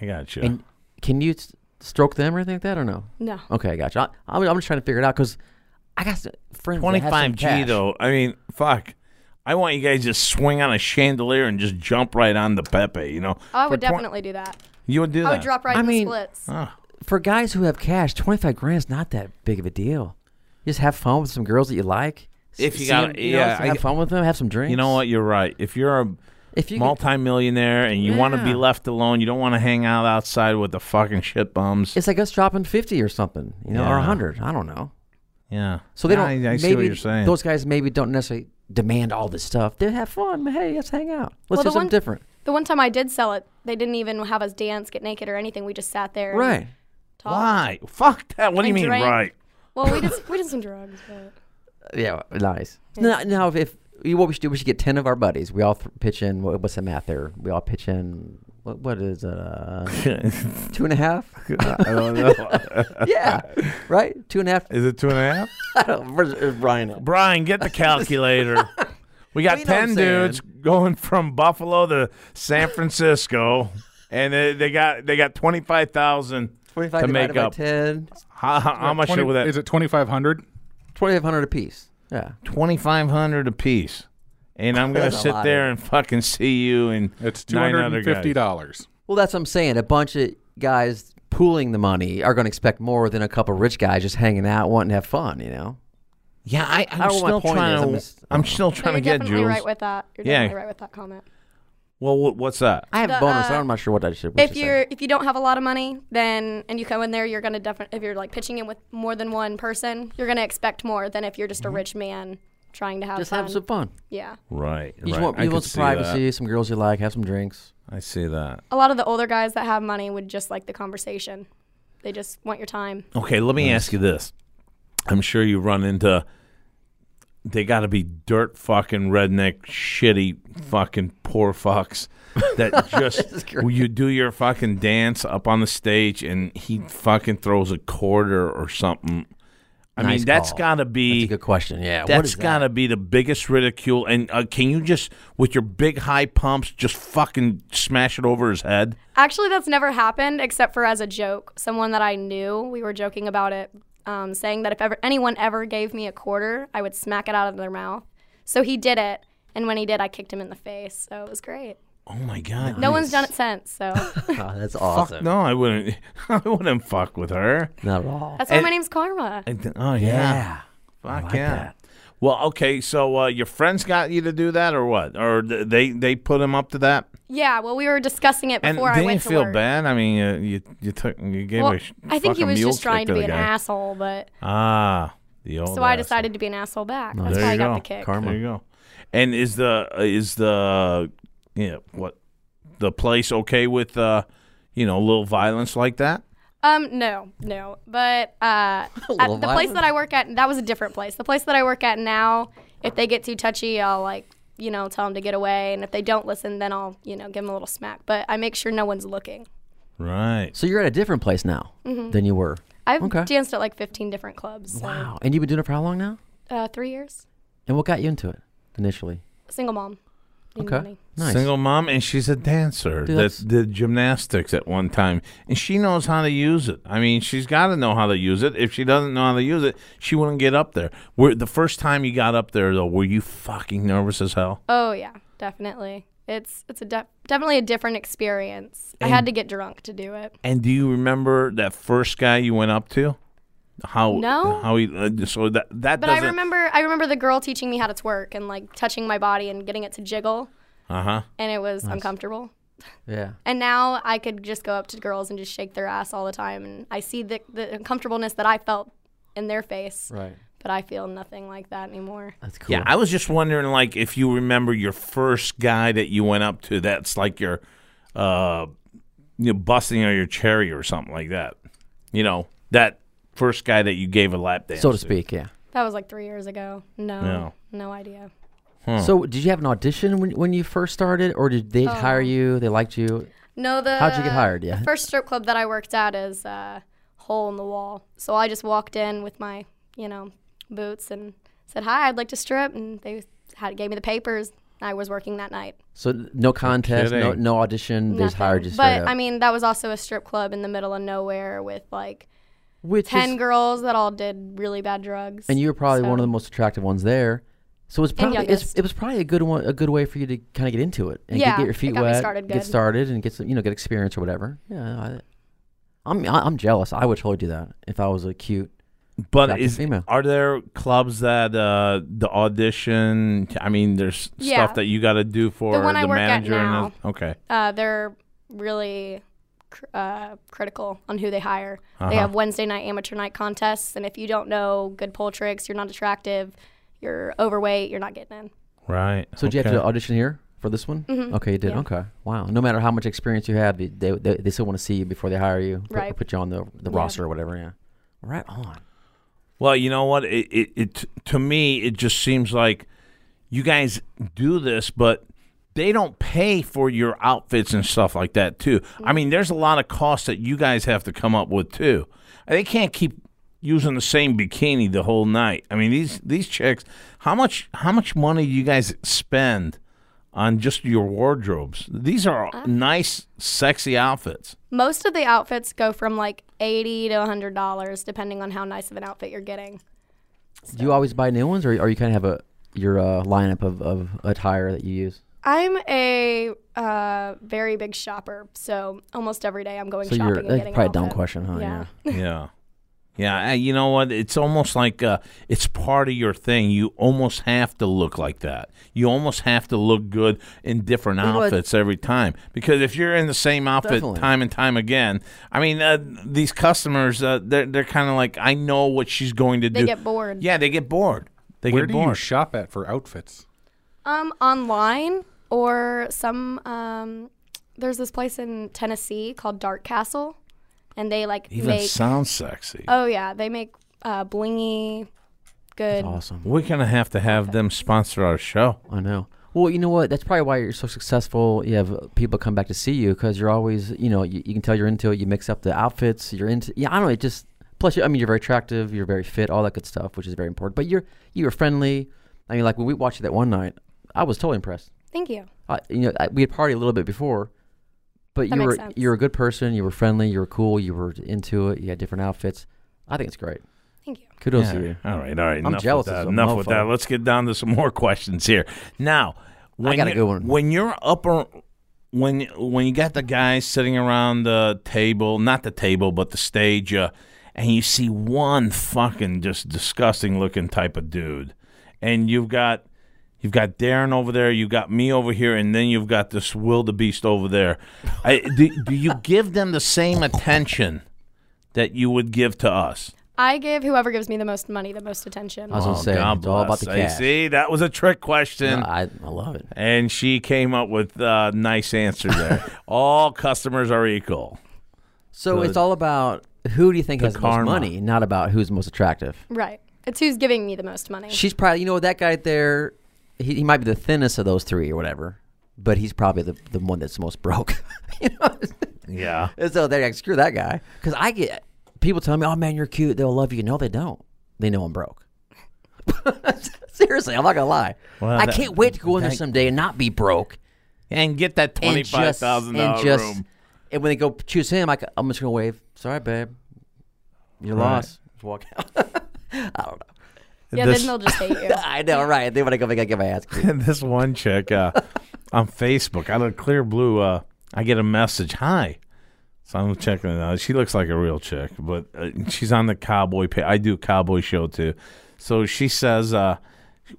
S6: I got you.
S4: And can you s- stroke them or anything like that or no?
S5: No.
S4: Okay, gotcha. I, I'm, I'm just trying to figure it out because I got s- friends. that have
S3: 25
S4: some
S3: G
S4: cash.
S3: though. I mean, fuck. I want you guys to swing on a chandelier and just jump right on the Pepe. You know,
S5: I would
S3: For twen-
S5: definitely do that.
S3: You would do that. Ah,
S5: I would drop right
S4: I
S5: in
S4: mean-
S5: the splits.
S4: For guys who have cash, 25 grand's not that big of a deal. You just have fun with some girls that you like. S-
S3: If you
S4: see
S3: got-
S4: 'em, you know,
S3: yeah,
S4: just
S3: I-
S4: have fun with them. Have some drinks.
S3: You know what? You're right. If you're a
S4: If you could-
S3: multimillionaire and you want to be
S4: Yeah.
S3: left alone, you don't want to hang out outside with the fucking shit bums.
S4: It's like us dropping 50 or something, you know, or
S3: Yeah.
S4: 100. I don't know.
S3: yeah.
S4: So they
S3: Yeah,
S4: don't.
S3: I, I
S4: maybe
S3: see what you're saying.
S4: Those guys maybe don't necessarily demand all this stuff. They have fun. Hey, let's hang out. Let's
S5: Well,
S4: do
S5: the
S4: something
S5: one-
S4: different.
S5: The one time I did sell it, they didn't even have us dance, get naked, or anything. We just sat there. and
S4: Right.
S5: talked.
S3: Why? Fuck that. What do you
S5: I
S3: mean,
S5: drank-
S3: right?
S5: Well, we did we did some drugs, but
S4: Yeah. Nice. Now, now if, if you- what we should do, we should get 10 of our buddies. We all th- pitch in. What, what's the math there? We all pitch in. What, what is it? Uh, two and a half?
S3: I don't know.
S4: yeah. Right? Two and a half.
S3: Is it two and a half?
S4: I don't, where's- uh, where's Brian.
S3: Brian, get the calculator. We got
S4: We know what I'm
S3: ten dudes going from Buffalo to San Francisco, and they, they got they got twenty five thousand
S4: 25
S3: to make
S4: divided by
S3: up.
S4: 10.
S3: How, how, how much
S7: 20
S3: would
S7: Is
S3: that?
S7: it 2,500?
S4: 2,500 apiece. Yeah.
S3: Twenty five hundred apiece. And I'm gonna
S4: That's a
S3: sit
S4: lot of
S3: there and fucking see you and
S7: It's
S3: nine other guys.
S7: $250.
S4: Well, that's what I'm saying. A bunch of guys pooling the money are going to expect more than a couple rich guys just hanging out, wanting to have fun, you know?
S3: Yeah, I, I'm
S4: I don't know what my
S3: still
S4: point
S3: trying
S4: is.
S3: to.
S4: I'm
S3: I'm,
S4: just-
S3: still
S5: No,
S3: trying
S5: you're
S3: to get
S5: definitely
S3: Jules.
S5: right with that. You're
S3: Yeah.
S5: definitely right with that comment.
S3: Well, what, what's that?
S4: I have
S5: The,
S4: bonus.
S5: uh,
S4: I'm not sure what I should. we
S5: if
S4: should say.
S5: you're if you don't have a lot of money, then and you come in there, you're gonna definitely if you're like pitching in with more than one person, you're gonna expect more than if you're just a
S3: Mm-hmm.
S5: rich man trying to have
S4: just
S5: fun.
S4: have some fun.
S5: yeah,
S3: Right.
S4: You just
S3: right.
S4: want,
S3: I
S4: you
S3: could
S4: want some
S3: see that.
S4: privacy, some girls you like, have some drinks.
S3: I see that.
S5: a lot of the older guys that have money would just like the conversation. They just want your time.
S3: Okay, let me ask you this. I'm sure you run into they got to be dirt fucking redneck shitty fucking poor fucks that just
S4: great.
S3: will you do your fucking dance up on the stage and he fucking throws a quarter or something. I
S4: Nice
S3: mean, that's
S4: call.
S3: got to
S4: That's a
S3: be
S4: good question. Yeah, what
S3: that's
S4: is that?
S3: got to be the biggest ridicule and uh, can you just with your big high pumps just fucking smash it over his head?
S5: Actually, that's never happened except for as a joke. Someone that I knew, we were joking about it, um, saying that if ever anyone ever gave me a quarter, I would smack it out of their mouth. So he did it, and when he did, I kicked him in the face. So it was great.
S3: Oh my god.
S5: No one's done it since. So
S4: Oh, that's awesome.
S3: Fuck no, I wouldn't I wouldn't fuck with her.
S4: Not at all.
S5: that's why
S3: And-
S5: my name's Karma.
S3: I th- oh yeah.
S4: yeah.
S3: Fuck
S4: like
S3: yeah.
S4: that.
S3: Well, okay. So uh, your friends got you to do that, or what? Or th- they they put him up to that?
S5: Yeah. Well, we were discussing it
S3: And
S5: before I
S3: didn't
S5: went
S3: you
S5: to
S3: feel
S5: work.
S3: bad? I mean, uh, you you took you gave
S5: Well,
S3: a sh-
S5: I think he
S3: fucking
S5: was
S3: mule
S5: just trying
S3: kick
S5: to be
S3: the
S5: an
S3: guy.
S5: asshole, but
S3: Ah, the old.
S5: so I
S3: asshole.
S5: decided to be an asshole back.
S4: Nice.
S5: That's
S3: There
S5: why I
S3: you
S5: got
S3: go.
S5: the kick.
S4: Karma.
S3: There you go. And is the uh, is the yeah what the place okay with uh you know a little violence like that?
S5: Um, no, no. But uh, at
S4: little
S5: the place
S4: violent.
S5: that I work at, that was a different place. The place that I work at now, if they get too touchy, I'll like, you know, tell them to get away. And if they don't listen, then I'll, you know, give them a little smack. But I make sure no one's looking.
S3: Right.
S4: So you're at a different place now
S5: Mm-hmm.
S4: than you were.
S5: I've
S4: Okay.
S5: danced at like 15 different clubs. So,
S4: Wow. And you've been doing it for how long now?
S5: uh, three years.
S4: And what got you into it initially?
S5: Single mom. Need
S4: Okay.
S5: money.
S4: Nice.
S3: Single mom, and she's a dancer
S4: Dude,
S3: that
S4: that's-
S3: did gymnastics at one time, and she knows how to use it. I mean, she's got to know how to use it. If she doesn't know how to use it, she wouldn't get up there. Where the first time you got up there, though, were you fucking nervous as hell?
S5: Oh yeah, definitely. It's it's a de- definitely a different experience. I had to get drunk to do it.
S3: And do you remember that first guy you went up to? How
S5: No.
S3: how he uh, so that that
S5: But I
S3: doesn't
S5: remember I remember the girl teaching me how to twerk and like touching my body and getting it to jiggle
S3: uh huh
S5: and it was uncomfortable.
S4: Yeah.
S5: And now I could just go up to girls and just shake their ass all the time and I see the the uncomfortableness that I felt in their face,
S4: Right.
S5: but I feel nothing like that anymore.
S4: That's cool.
S3: yeah I was just wondering like if you remember your first guy that you went up to that's like your uh you know, busting or your cherry or something like that you know that first guy that you gave a lap dance,
S4: so to speak. Yeah.
S5: That was like three years ago. No,
S3: Yeah.
S5: no idea.
S3: Hmm.
S4: So did you have an audition when, when you first started, or did they
S5: Um,
S4: hire you? They liked you.
S5: No, the
S4: How'd you get hired? Yeah.
S5: the first strip club that I worked at is uh, hole in the wall. So I just walked in with my you know boots and said hi, I'd like to strip, and they had gave me the papers. I was working that night.
S4: So n- no contest, no,
S3: kidding.
S4: no audition. They just
S5: Nothing.
S4: hired you straight
S5: but
S4: up.
S5: I mean, that was also a strip club in the middle of nowhere with like
S4: Which
S5: ten
S4: is,
S5: girls that all did really bad drugs.
S4: and you were probably one of
S5: so-
S4: the most attractive ones there. So it's probably it's,
S5: youngest.
S4: it was probably a good one, a good way for you to kind of get into it and get-
S5: Yeah,
S4: get, your
S5: it
S4: feet
S5: got me
S4: wet,
S5: started
S4: get
S5: good.
S4: started, and get some you know get experience or whatever. Yeah, I, I'm I- I'm jealous. I would totally do that if I was a cute.
S3: But
S4: Attractive
S3: is
S4: female.
S3: are there clubs that uh, the audition? I mean, there's
S5: Yeah.
S3: stuff that you got to do for
S5: The one I work at
S3: manager.
S5: now.
S3: And the, okay,
S5: uh, they're really cr- uh, critical on who they hire. They
S3: Uh-huh.
S5: have Wednesday night amateur night contests, and if you don't know good pole tricks, you're not attractive, you're overweight, you're not getting in.
S3: right.
S4: So did you have
S3: okay.
S4: to audition here for this one? Okay, you did.
S5: Mm-hmm. Yeah.
S4: Okay, wow. No matter how much experience you have, they they, they, they still want to see you before they hire you, put,
S5: Right.
S4: put you on the the
S5: Yeah.
S4: roster or whatever. Yeah, right on.
S3: Well, you know what? It, it, it to me, it just seems like you guys do this, but they don't pay for your outfits and stuff like that too. I mean, there's a lot of costs that you guys have to come up with too. They can't keep using the same bikini the whole night. I mean, these these chicks, how much how much money do you guys spend on just your wardrobes? These are nice, sexy outfits.
S5: Most of the outfits go from like eighty to hundred dollars, depending on how nice of an outfit you're getting.
S4: Do you always buy new ones, or, or you kind of have a your uh, lineup of, of attire that you use?
S5: I'm a uh, very big shopper, so almost every day I'm going
S4: So
S5: shopping
S4: you're
S5: and
S4: that's
S5: getting
S4: probably
S5: an
S4: a dumb
S5: outfit.
S4: question, huh? Yeah.
S3: Yeah. Yeah, and you know what? It's almost like uh, it's part of your thing. You almost have to look like that. You almost have to look good in different
S4: know what?
S3: outfits every time. Because if you're in the same outfit
S4: Definitely.
S3: time and time again, I mean, uh, these customers, uh, they're, they're kind of like, I know what she's going to
S5: They
S3: do.
S5: get bored.
S3: Yeah, they get bored. They
S8: Where
S3: get
S8: do
S3: bored.
S8: you shop at for outfits?
S5: Um, online or some. Um, there's this place in Tennessee called Dark Castle, and they like
S3: Even
S5: make.
S3: sounds sexy.
S5: oh yeah, they make uh, blingy, good.
S4: Awesome.
S3: We're going to have to have them sponsor our show.
S4: I know. Well, you know what? That's probably why you're so successful. You have uh, people come back to see you because you're always, you know, you, you can tell you're into it. You mix up the outfits. You're into, yeah, I don't know. It just plus, you, I mean, you're very attractive. You're very fit. All that good stuff, which is very important. But you're you're friendly. I mean, like when we watched you that one night, I was totally impressed.
S5: Thank you.
S4: I, you know, I, we had partied a little bit before, but you
S5: That makes
S4: were
S5: sense.
S4: you were a good person. You were friendly. You were cool. You were into it. You had different outfits. I think it's great.
S5: Thank you.
S4: Kudos
S3: Yeah.
S4: to you.
S3: All right, all right.
S4: I'm
S3: enough
S4: jealous
S3: with
S4: of
S3: that.
S4: some
S3: Enough with
S4: mofo.
S3: that. Let's get down to some more questions here. Now, when
S4: got a
S3: you-
S4: good one.
S3: When you're upper, when when you got the guys sitting around the table, not the table, but the stage, uh, and you see one fucking just disgusting looking type of dude, and you've got You've got Darren over there. You've got me over here, and then you've got this wildebeest over there. I, do, do you give them the same attention that you would give to us?
S5: I give whoever gives me the most money the most attention.
S4: I was gonna say
S3: Oh, God
S4: it's all about
S3: bless.
S4: the
S3: I
S4: cash.
S3: See, that was a trick
S4: No,
S3: question.
S4: I, I love it.
S3: and she came up with a nice answer there. All customers are equal.
S4: So it's all about who do you think has the
S3: karma.
S4: most money, not about who's most attractive.
S5: right. It's who's giving me the most money.
S4: She's probably, you know, that guy there, he, he might be the thinnest of those three or whatever, but he's probably the, the one that's most broke. you know?
S3: Yeah.
S4: And so they're like, screw that guy. Because I get people tell me, oh man, you're cute. They'll love you. No, they don't. They know I'm broke. Seriously, I'm not going to lie.
S3: Well,
S4: I
S3: that-
S4: can't wait to go in there
S3: that-
S4: someday and not be broke.
S3: And get that
S4: and
S3: twenty five
S4: just-
S3: thousand
S4: and
S3: dollar
S4: just-
S3: room.
S4: And when they go choose him, I, am just gonna wave. Sorry, babe, you're
S3: Right.
S4: lost. Just walk out. I don't know.
S5: yeah,
S3: This-
S5: then they'll just hate you.
S4: I know, right? They want to go make I get my ass kicked.
S3: And this one chick uh, on Facebook, out of clear blue, uh, I get a message. Hi. So I'm checking it out. She looks like a real chick, but uh, she's on the cowboy. Pa- I do cowboy show too. So she says, uh,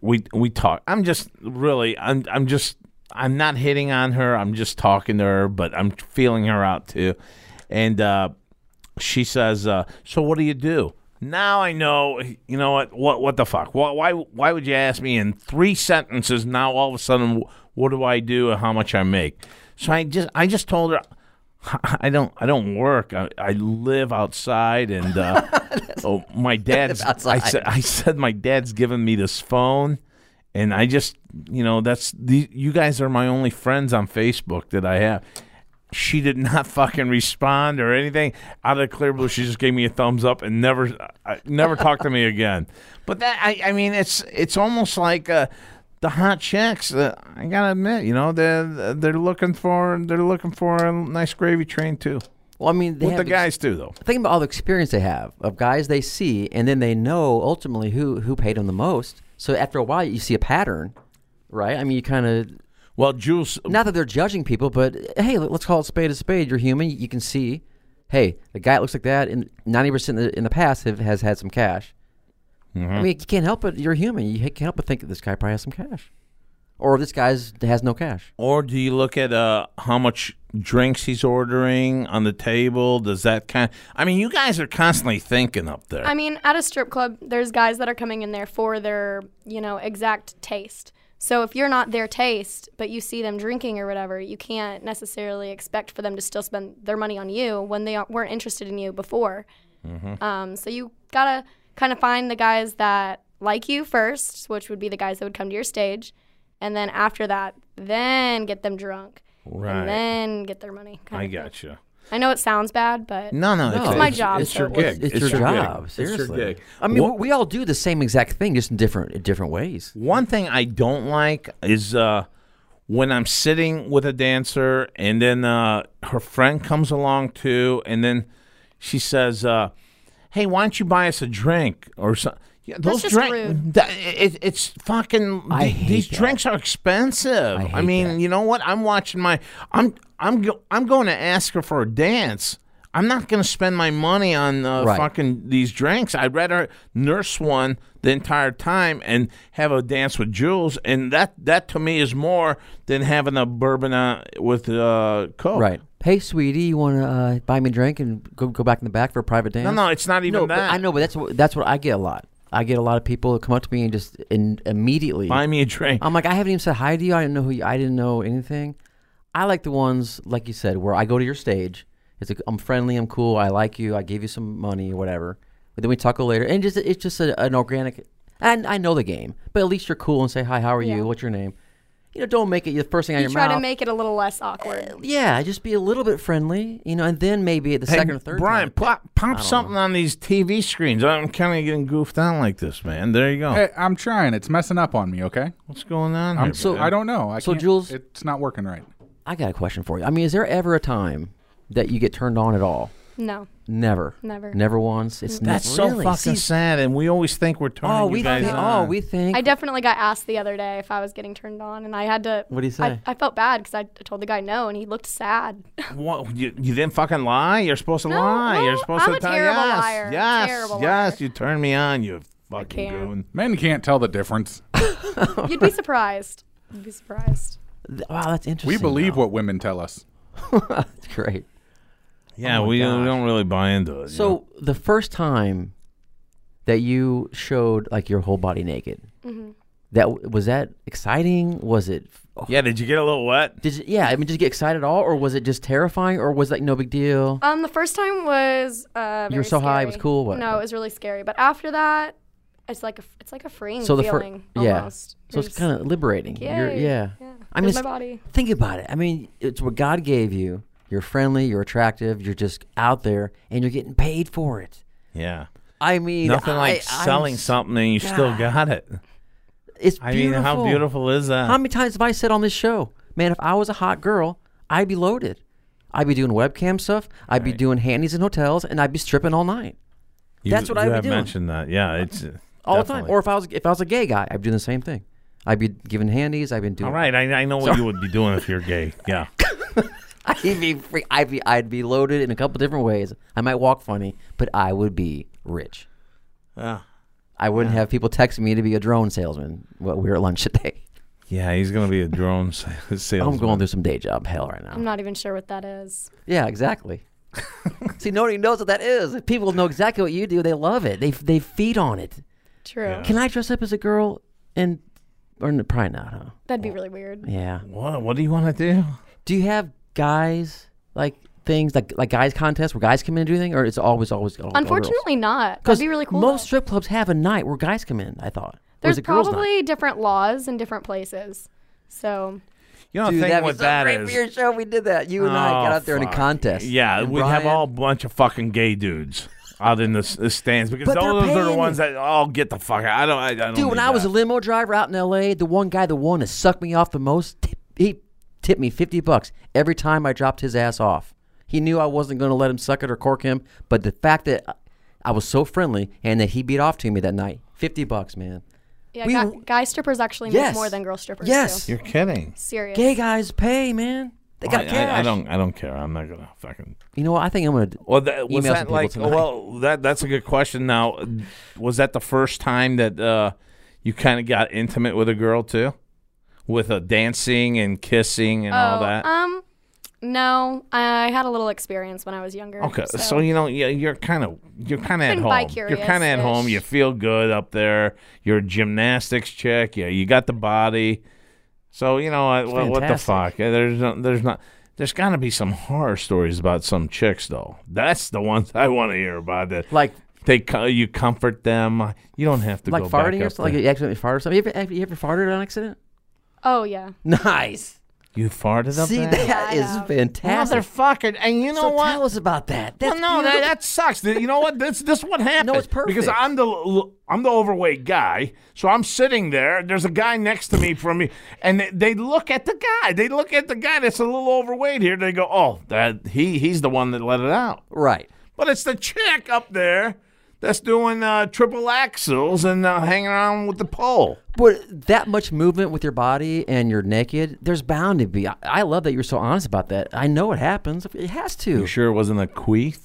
S3: "We we talk." I'm just really, I'm I'm just, I'm not hitting on her. I'm just talking to her, but I'm feeling her out too. And uh, she says, uh, "So what do you do?" Now I know. You know what? What what the fuck? Why why why would you ask me in three sentences? Now all of a sudden, wh- what do I do and how much I make? So I just I just told her. I don't. I don't work. I, I live outside, and uh, Oh, my dad's. I
S4: Outside.
S3: said, I said, my dad's giving me this phone, and I just, you know, that's the you guys are my only friends on Facebook that I have. She did not fucking respond or anything. Out of the clear blue, she just gave me a thumbs up and never, I, never talked to me again. But that, I, I mean, it's it's almost like uh, the hot chicks. Uh, I gotta admit, you know, they're they're looking for they're looking for a nice gravy train too.
S4: Well, I mean, they
S3: What
S4: have
S3: the guys
S4: ex-
S3: do though.
S4: Think about all the experience they have of guys they see, and then they know ultimately who who paid them the most. So after a while, you see a pattern, right? I mean, you kind of
S3: Well, Jules,
S4: not that they're judging people, but hey, let- let's call it spade a spade. You're human. You can see, hey, the guy that looks like that, and ninety percent in the past have, has had some cash. I mean, you can't help it. You're human. You can't help but think that this guy probably has some cash, or this guy's has no cash.
S3: Or do you look at uh, how much drinks he's ordering on the table? Does that kind? I mean, you guys are constantly thinking up there.
S5: I mean, at a strip club, there's guys that are coming in there for their, you know, exact taste. So if you're not their taste, but you see them drinking or whatever, you can't necessarily expect for them to still spend their money on you when they aren't- weren't interested in you before. Um, so you gotta kind of find the guys that like you first, which would be the guys that would come to your stage, and then after that, then get them drunk,
S3: Right.
S5: and then get their money. kind
S3: I
S5: of thing.
S3: gotcha.
S5: I know it sounds bad, but
S3: No, no,
S4: It's my
S5: job,
S3: It's
S5: so
S3: your
S5: it's-
S3: gig.
S4: It's, your,
S3: gig.
S4: job.
S3: It's your
S4: Seriously.
S3: gig.
S4: I mean,
S3: Wha-
S4: we all do the same exact thing, just in different in different ways.
S3: One thing I don't like is uh, when I'm sitting with a dancer and then uh, her friend comes along too, and then she says, uh, "Hey, why don't you buy us a drink or something?" Yeah, those
S5: just
S3: drinks,
S5: rude.
S3: it, it's fucking.
S4: I
S3: the-
S4: hate
S3: these
S4: that.
S3: drinks are expensive. I,
S4: hate
S3: mean,
S4: that.
S3: you know what? I'm watching my. I'm I'm go, I'm going to ask her for a dance. I'm not going to spend my money on uh,
S4: Right.
S3: fucking these drinks. I'd rather nurse one the entire time and have a dance with Jules, and that that to me is more than having a bourbon uh, with uh, coke.
S4: Right. Hey, sweetie, you want to uh, buy me a drink and go go back in the back for a private dance?
S3: No, no, it's not even
S4: No, but
S3: that.
S4: I know, but that's what that's what I get a lot. I get a lot of people that come up to me and just and immediately.
S3: Buy me a drink.
S4: I'm like, I haven't even said hi to you. I didn't know who you. I didn't know anything. I like the ones like you said where I go to your stage. It's like I'm friendly, I'm cool, I like you, I gave you some money, whatever. But then we talk later, and just it's just a, an organic. And I know the game, but at least you're cool and say hi. How are
S5: Yeah.
S4: you? What's your name? You know, don't make it the first thing out
S5: you
S4: of your
S5: try
S4: mouth.
S5: to make it a little less awkward.
S4: yeah, just be a little bit friendly, you know, and then maybe at the
S3: Hey,
S4: second or third.
S3: Brian,
S4: time-
S3: pop, pop something on these TV screens. I'm kind of getting goofed out like this, man. There you go.
S8: Hey, I'm trying. It's messing up on me. Okay.
S3: What's going on? here,
S8: I'm
S3: man?
S8: I don't know. I
S4: So,
S8: can't-
S4: Jules-
S8: it's not working right.
S4: I got a question for you. I mean, is there ever a time that you get turned on at all?
S5: No.
S4: Never.
S5: Never.
S4: Never once. It's
S3: That's
S4: ne-
S3: so
S4: really?
S3: fucking
S4: See,
S3: sad, and we always think we're turning
S4: Oh,
S3: you
S4: we
S3: guys
S4: think.
S3: on.
S4: Oh, we think.
S5: I definitely got asked the other day if I was getting turned on, and I had to.
S4: What'd he say?
S5: I, I felt bad because I told the guy no, and he looked sad.
S3: What, you, you didn't fucking lie. You're supposed to
S5: No,
S3: lie. You're
S5: well,
S3: supposed
S5: I'm
S3: to
S5: a
S3: tell
S5: terrible
S3: yes,
S5: liar.
S3: yes,
S5: Terrible
S3: yes.
S5: liar.
S3: You turned me on. You fucking
S5: can't.
S3: goon.
S8: Men can't tell the difference.
S5: You'd be surprised. You'd be surprised.
S4: Th- Wow, that's interesting.
S8: We believe
S4: though.
S8: what women tell us.
S4: That's great.
S5: Oh
S3: Yeah,
S4: my
S3: we, don't- we
S4: gosh.
S3: don't really buy into it. you know?
S4: So the first time that you showed like your whole body naked,
S5: Mm-hmm.
S4: that w- was that exciting? Was it? oh,
S3: yeah, did you get a little wet?
S4: Did you, yeah? I mean, did you get excited at all, or was it just terrifying, or was like no big deal?
S5: Um, the first time was. Uh,
S4: You were
S5: very
S4: so high, it was
S5: scary.
S4: cool, what?
S5: No, it was really scary. But after that, it's like a f- it's like a freeing
S4: So the fir-
S5: feeling.
S4: yeah.
S5: Almost.
S4: So it's kind of liberating. You're-
S5: Yay.
S4: yeah.
S5: Yeah.
S4: I mean,
S5: Here's my
S4: it's-
S5: body.
S4: think about it. I mean, it's what God gave you. You're friendly. You're attractive. You're just out there, and you're getting paid for it.
S3: Yeah.
S4: I mean,
S3: Nothing
S4: I-
S3: like
S4: I'm
S3: selling
S4: s-
S3: something and you still got it.
S4: It's
S3: I
S4: beautiful.
S3: mean, how beautiful is that?
S4: How many times have I said on this show, man, if I was a hot girl, I'd be loaded. I'd be doing webcam stuff. I'd be doing handies in hotels, and I'd be stripping all night,
S3: You-
S4: that's what I
S3: you
S4: would be
S3: have
S4: doing.
S3: mentioned that. Yeah, it's uh,
S4: all the time.
S3: definitely.
S4: Or if I was if I was a gay guy, I'd be doing the same thing. I'd be giving handies. I've been doing.
S3: all right, I, I know what you would be doing if you're gay. Yeah.
S4: I'd be free. I'd be I'd be loaded in a couple different ways. I might walk funny, but I would be rich.
S3: Yeah.
S4: I wouldn't have people texting me to be a drone salesman. What we were at lunch today.
S3: Yeah, he's gonna be a drone sa- salesman.
S4: I'm going through some day job hell right now.
S5: I'm not even sure what that is.
S4: Yeah, exactly. See, nobody knows what that is. If people know exactly what you do, they love it. They they feed on it.
S5: True.
S4: Can I dress up as a girl and or n- probably not, huh?
S5: That'd be really weird.
S4: Yeah.
S3: What? What do you want to do?
S4: Do you have guys like things like like guys contests where guys come in and do anything, or it's always always all- all girls?
S5: Unfortunately, not. That'd be really cool.
S4: Most
S5: though.
S4: strip clubs have a night where guys come in. I thought Or is
S5: There's
S4: it girls' night?
S5: probably different laws in different places. So
S3: You know, the
S4: Dude,
S3: thing
S4: that'd be
S3: with
S4: so
S3: that
S4: great for
S3: is-
S4: your show. We did that. You and I got
S3: Oh,
S4: out there in
S3: fuck.
S4: a contest.
S3: Yeah,
S4: And
S3: we have
S4: Brian-
S3: all bunch of fucking gay dudes out in the, s- the stands because
S4: But they're
S3: those are the
S4: paying.
S3: ones that all get the fuck out. I don't. I, I don't
S4: Dude, when
S3: need
S4: I was a
S3: that.
S4: limo driver out in L.A., the one guy that won to suck me off the most, tip, he tipped me fifty bucks every time I dropped his ass off. He knew I wasn't going to let him suck it or cork him, but the fact that I- I was so friendly and that he beat off to me that night, fifty bucks, man.
S5: yeah,
S4: We-
S5: guy, guy strippers actually make
S4: Yes.
S5: more than girl strippers.
S4: Yes.
S5: do.
S3: you're kidding.
S5: serious.
S4: Gay guys pay, man. They got
S3: I,
S4: cash.
S3: Oh, I, I don't. I don't care. I'm not gonna fucking.
S4: You know what? I think I'm going to.
S3: Well, that, was
S4: Email some
S3: that
S4: people
S3: like?
S4: tonight.
S3: Well, that that's a good question. Now, was that the first time that uh, you kind of got intimate with a girl too, with a dancing and kissing and all
S5: Oh,
S3: that?
S5: Um, no, I had a little experience when I was younger.
S3: Okay, so,
S5: so,
S3: you know, yeah, you're kind of you're kind of at
S5: Been
S3: home. You're kind of at
S5: bi-curious-ish.
S3: home. You feel good up there. You're a gymnastics chick. Yeah, you got the body. So you know what? What, what the
S4: fantastic.
S3: fuck? Yeah, There's no, there's not. There's got to be some horror stories about some chicks though. That's the ones I want to hear about. That
S4: Like,
S3: they co- you comfort them. You don't have to
S4: like
S3: go
S4: farting
S3: back
S4: or
S3: up
S4: something? Like,
S3: there.
S4: you accidentally farted or something? You ever, have you ever farted on accident?
S5: oh yeah,
S4: Nice.
S3: You farted up
S4: See,
S3: there.
S4: that is fantastic.
S3: Motherfucker, and you know
S4: so
S3: what?
S4: tell us about that. That's
S3: well, no, that,
S4: beautiful.
S3: that sucks. Th- You know what? This this what happened.
S4: it's
S3: because
S4: perfect.
S3: I'm the l- l- I'm the overweight guy, so I'm sitting there. There's a guy next to me from me, and they, they look at the guy. They look at the guy that's a little overweight here. They go, oh, that he he's the one that let it out.
S4: right.
S3: But it's the chick up there that's doing uh, triple axles and uh, hanging around with the pole.
S4: But that much movement with your body and you're naked, there's bound to be. I, I love that you're so honest about that. I know it happens. It has to.
S3: sure it wasn't a queef?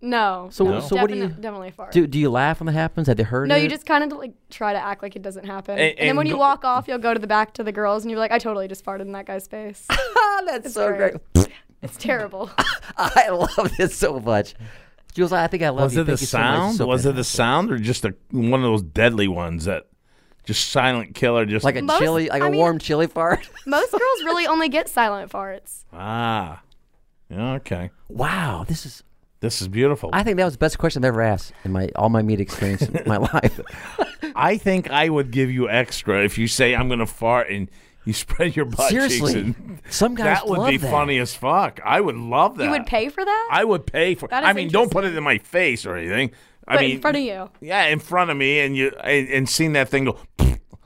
S5: no.
S4: So,
S5: no.
S4: so what do you
S5: Definite- definitely a fart.
S4: do? Do you laugh when that happens? Have they heard?
S5: No,
S4: it?
S5: you just kind of like try to act like it doesn't happen,
S3: And-
S5: and,
S3: and
S5: then when you
S3: go-
S5: walk off, you'll go to the back to the girls, and you're like, "I totally just farted in that guy's face."
S4: Ah, that's so great.
S5: great. It's terrible.
S4: I love this so much. Jules, I think I love
S3: Was
S4: you.
S3: it the
S4: Thank you so much.
S3: sound?
S4: So
S3: was it the
S4: fantastic.
S3: sound or just a, one of those deadly ones that just silent killer? Just
S4: Like a
S5: Most-
S4: chili, like a
S5: I mean-
S4: warm chili fart.
S5: Most girls really only get silent farts.
S3: Ah. Yeah, okay.
S4: wow, this is.
S3: This is beautiful.
S4: I think that was the best question I've ever asked in my all my meat experience in my life.
S3: I think I would give you extra if you say I'm going to fart and you spread your butt cheeks.
S4: Seriously,
S3: And
S4: some guys
S3: that would
S4: love
S3: be
S4: that.
S3: funny as fuck. I would love that.
S5: You would pay for that,
S3: Uh, I would pay for.
S5: That
S3: I
S5: is
S3: mean, don't put it in my face or anything. I
S5: but
S3: mean,
S5: in front of you.
S3: yeah, in front of me, and you and, and seeing that thing go.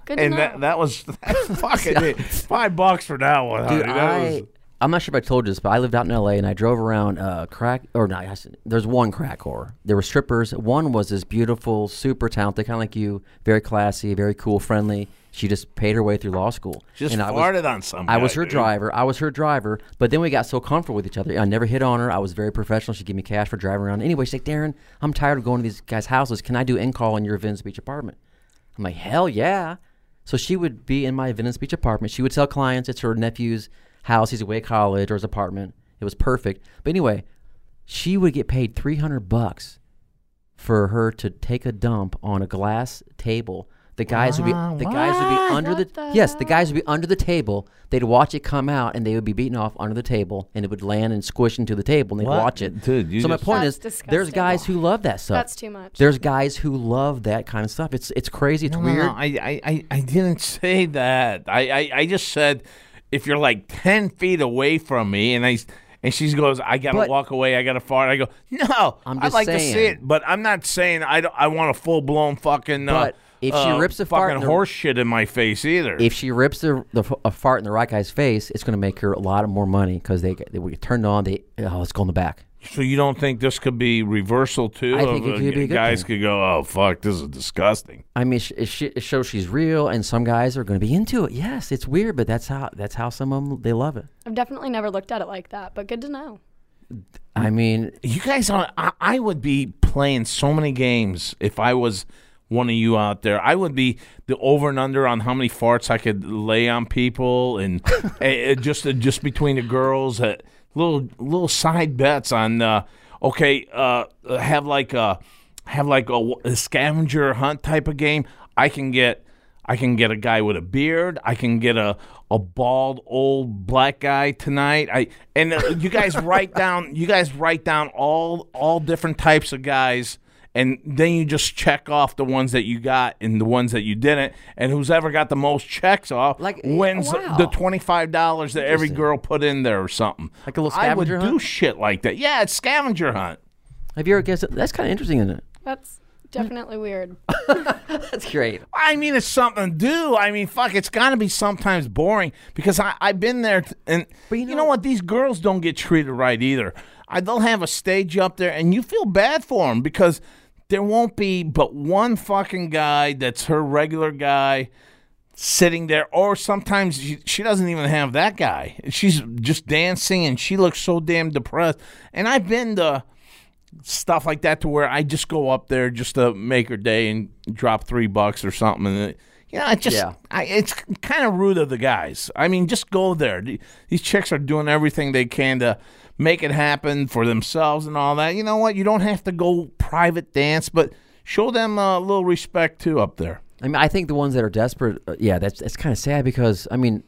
S5: Good to
S3: and
S5: know.
S3: that that was that's fucking it. five bucks for that one. honey.
S4: Dude,
S3: That
S4: I,
S3: was-
S4: I'm not sure if I told you this, but I lived out in LA and I drove around uh, crack or not. I s- There's one crack whore. There were strippers. One was this beautiful, super talented, kind of like you, very classy, very cool, friendly. She just paid her way through law school.
S3: Just
S4: and I
S3: farted
S4: was,
S3: on some
S4: I
S3: guy,
S4: was her
S3: dude.
S4: driver. I was her driver. But then we got so comfortable with each other. I never hit on her. I was very professional. She gave me cash for driving around. Anyway, she's like, Darren, I'm tired of going to these guys' houses. Can I do in call in your Venice Beach apartment? I'm like, hell yeah. So she would be in my Venice Beach apartment. She would tell clients it's her nephew's house. He's away at college or his apartment. It was perfect. But anyway, she would get paid 300 bucks for her to take a dump on a glass table. The guys would be the guys would be under the,
S5: What the
S4: yes, the guys would be under the table. They'd watch it come out and they would be beaten off under the table and it would land and squish into the table and they'd
S3: What?
S4: watch it.
S3: Dude, you
S4: so my
S3: just-
S4: point
S5: That's
S4: is there's
S5: disgusting.
S4: guys who love that stuff.
S5: That's too much.
S4: There's guys who love that kind of stuff. It's it's crazy. It's
S3: No, no,
S4: weird.
S3: no, I, I, I, I didn't say that. I, I, I just said if you're like ten feet away from me, and I, and she goes, I gotta
S4: But-
S3: walk away. I gotta fart. I go, no.
S4: I'm
S3: I'd
S4: just
S3: like to see
S4: saying.
S3: it, but I'm not saying I, don't- I want a full blown fucking. uh,
S4: But if she
S3: uh,
S4: rips a fart
S3: fucking
S4: in the-
S3: horse shit in my face, either.
S4: if she rips the, the f- a fart in the right guy's face, it's going to make her a lot of more money because they they were turned on. They oh, let's go in the back.
S3: so you don't think this could be reversal too?
S4: I think
S3: of,
S4: it could
S3: uh,
S4: be a good
S3: guys
S4: thing.
S3: could go, oh fuck, this is disgusting.
S4: I mean, sh- it, sh- it shows she's real, and some guys are going to be into it. Yes, it's weird, but that's how that's how some of them they love it.
S5: I've definitely never looked at it like that, but good to know.
S4: I mean,
S3: You guys are. I, I would be playing so many games if I was one of you out there. I would be the over and under on how many farts I could lay on people, and eh, eh, just eh, just between the girls, uh, little little side bets on. Uh, okay, uh, have like a have like a, a scavenger hunt type of game. I can get. I can get a guy with a beard. I can get a a bald old black guy tonight. I and uh, you guys write down you guys write down all all different types of guys and then you just check off the ones that you got and the ones that you didn't and who's ever got the most checks off
S4: Like, eh,
S3: wins
S4: wow.
S3: the $25 that every girl put in there or something.
S4: Like a little
S3: I would
S4: scavenger
S3: do
S4: hunt?
S3: shit like that. Yeah, it's scavenger hunt.
S4: Have you ever guessed? It? That's kind of interesting, isn't it?
S5: That's
S4: Mm.
S5: definitely weird.
S4: That's great.
S3: I mean, it's something to do. I mean, fuck, it's got to be sometimes boring because I, I've been there. t- and
S4: But
S3: you
S4: you
S3: know,
S4: know-
S3: what? These girls don't get treated right either. I, they'll have a stage up there, and you feel bad for them because there won't be but one fucking guy that's her regular guy sitting there. Or sometimes she, she doesn't even have that guy. She's just dancing, and she looks so damn depressed. And I've been to stuff like that to where I just go up there just to make her day and drop three bucks or something. And it, you know, it just
S4: Yeah.
S3: I, it's kind of rude of the guys. I mean, just go there. The- These chicks are doing everything they can to make it happen for themselves and all that. You know what? You don't have to go private dance, but show them uh, a little respect too up there.
S4: I mean, I think the ones that are desperate, uh, yeah, that's that's kind of sad because I mean,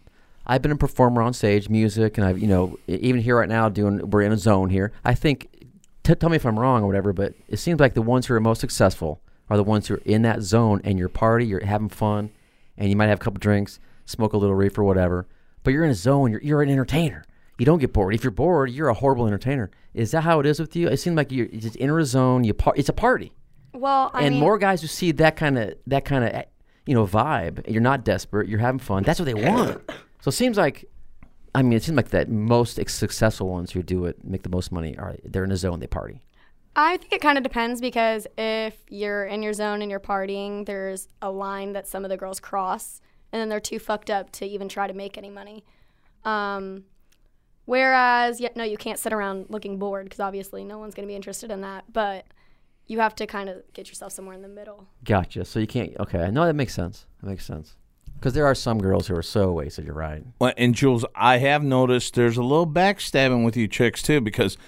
S4: I've been a performer on stage, music, and I've you know e- even here right now doing we're in a zone here. I think, t- tell me if I'm wrong or whatever, but it seems like the ones who are most successful are the ones who are in that zone and you're party, you're having fun, and you might have a couple drinks, smoke a little reefer, whatever. But you're in a zone. You're you're an entertainer. You don't get bored. If you're bored, you're a horrible entertainer. Is that how it is with you? It seems like you're just in a zone. You par- it's a party
S5: Well, I
S4: and
S5: mean,
S4: more guys who see that kind of that kind of you know vibe. You're not desperate. You're having fun. That's what they want. So it seems like, I mean, it seems like that most ex- successful ones who do it make the most money are they're in a zone. They party.
S5: I think it kind of depends because if you're in your zone and you're partying, there's a line that some of the girls cross, and then they're too fucked up to even try to make any money. Um, whereas, yeah, no, you can't sit around looking bored because obviously no one's going to be interested in that. But you have to kind of get yourself somewhere in the middle.
S4: Gotcha. So you can't. Okay. No, that makes sense. That makes sense. Because there are some girls who are so wasted. You're right.
S3: Well, and Jules, I have noticed there's a little backstabbing with you chicks too, because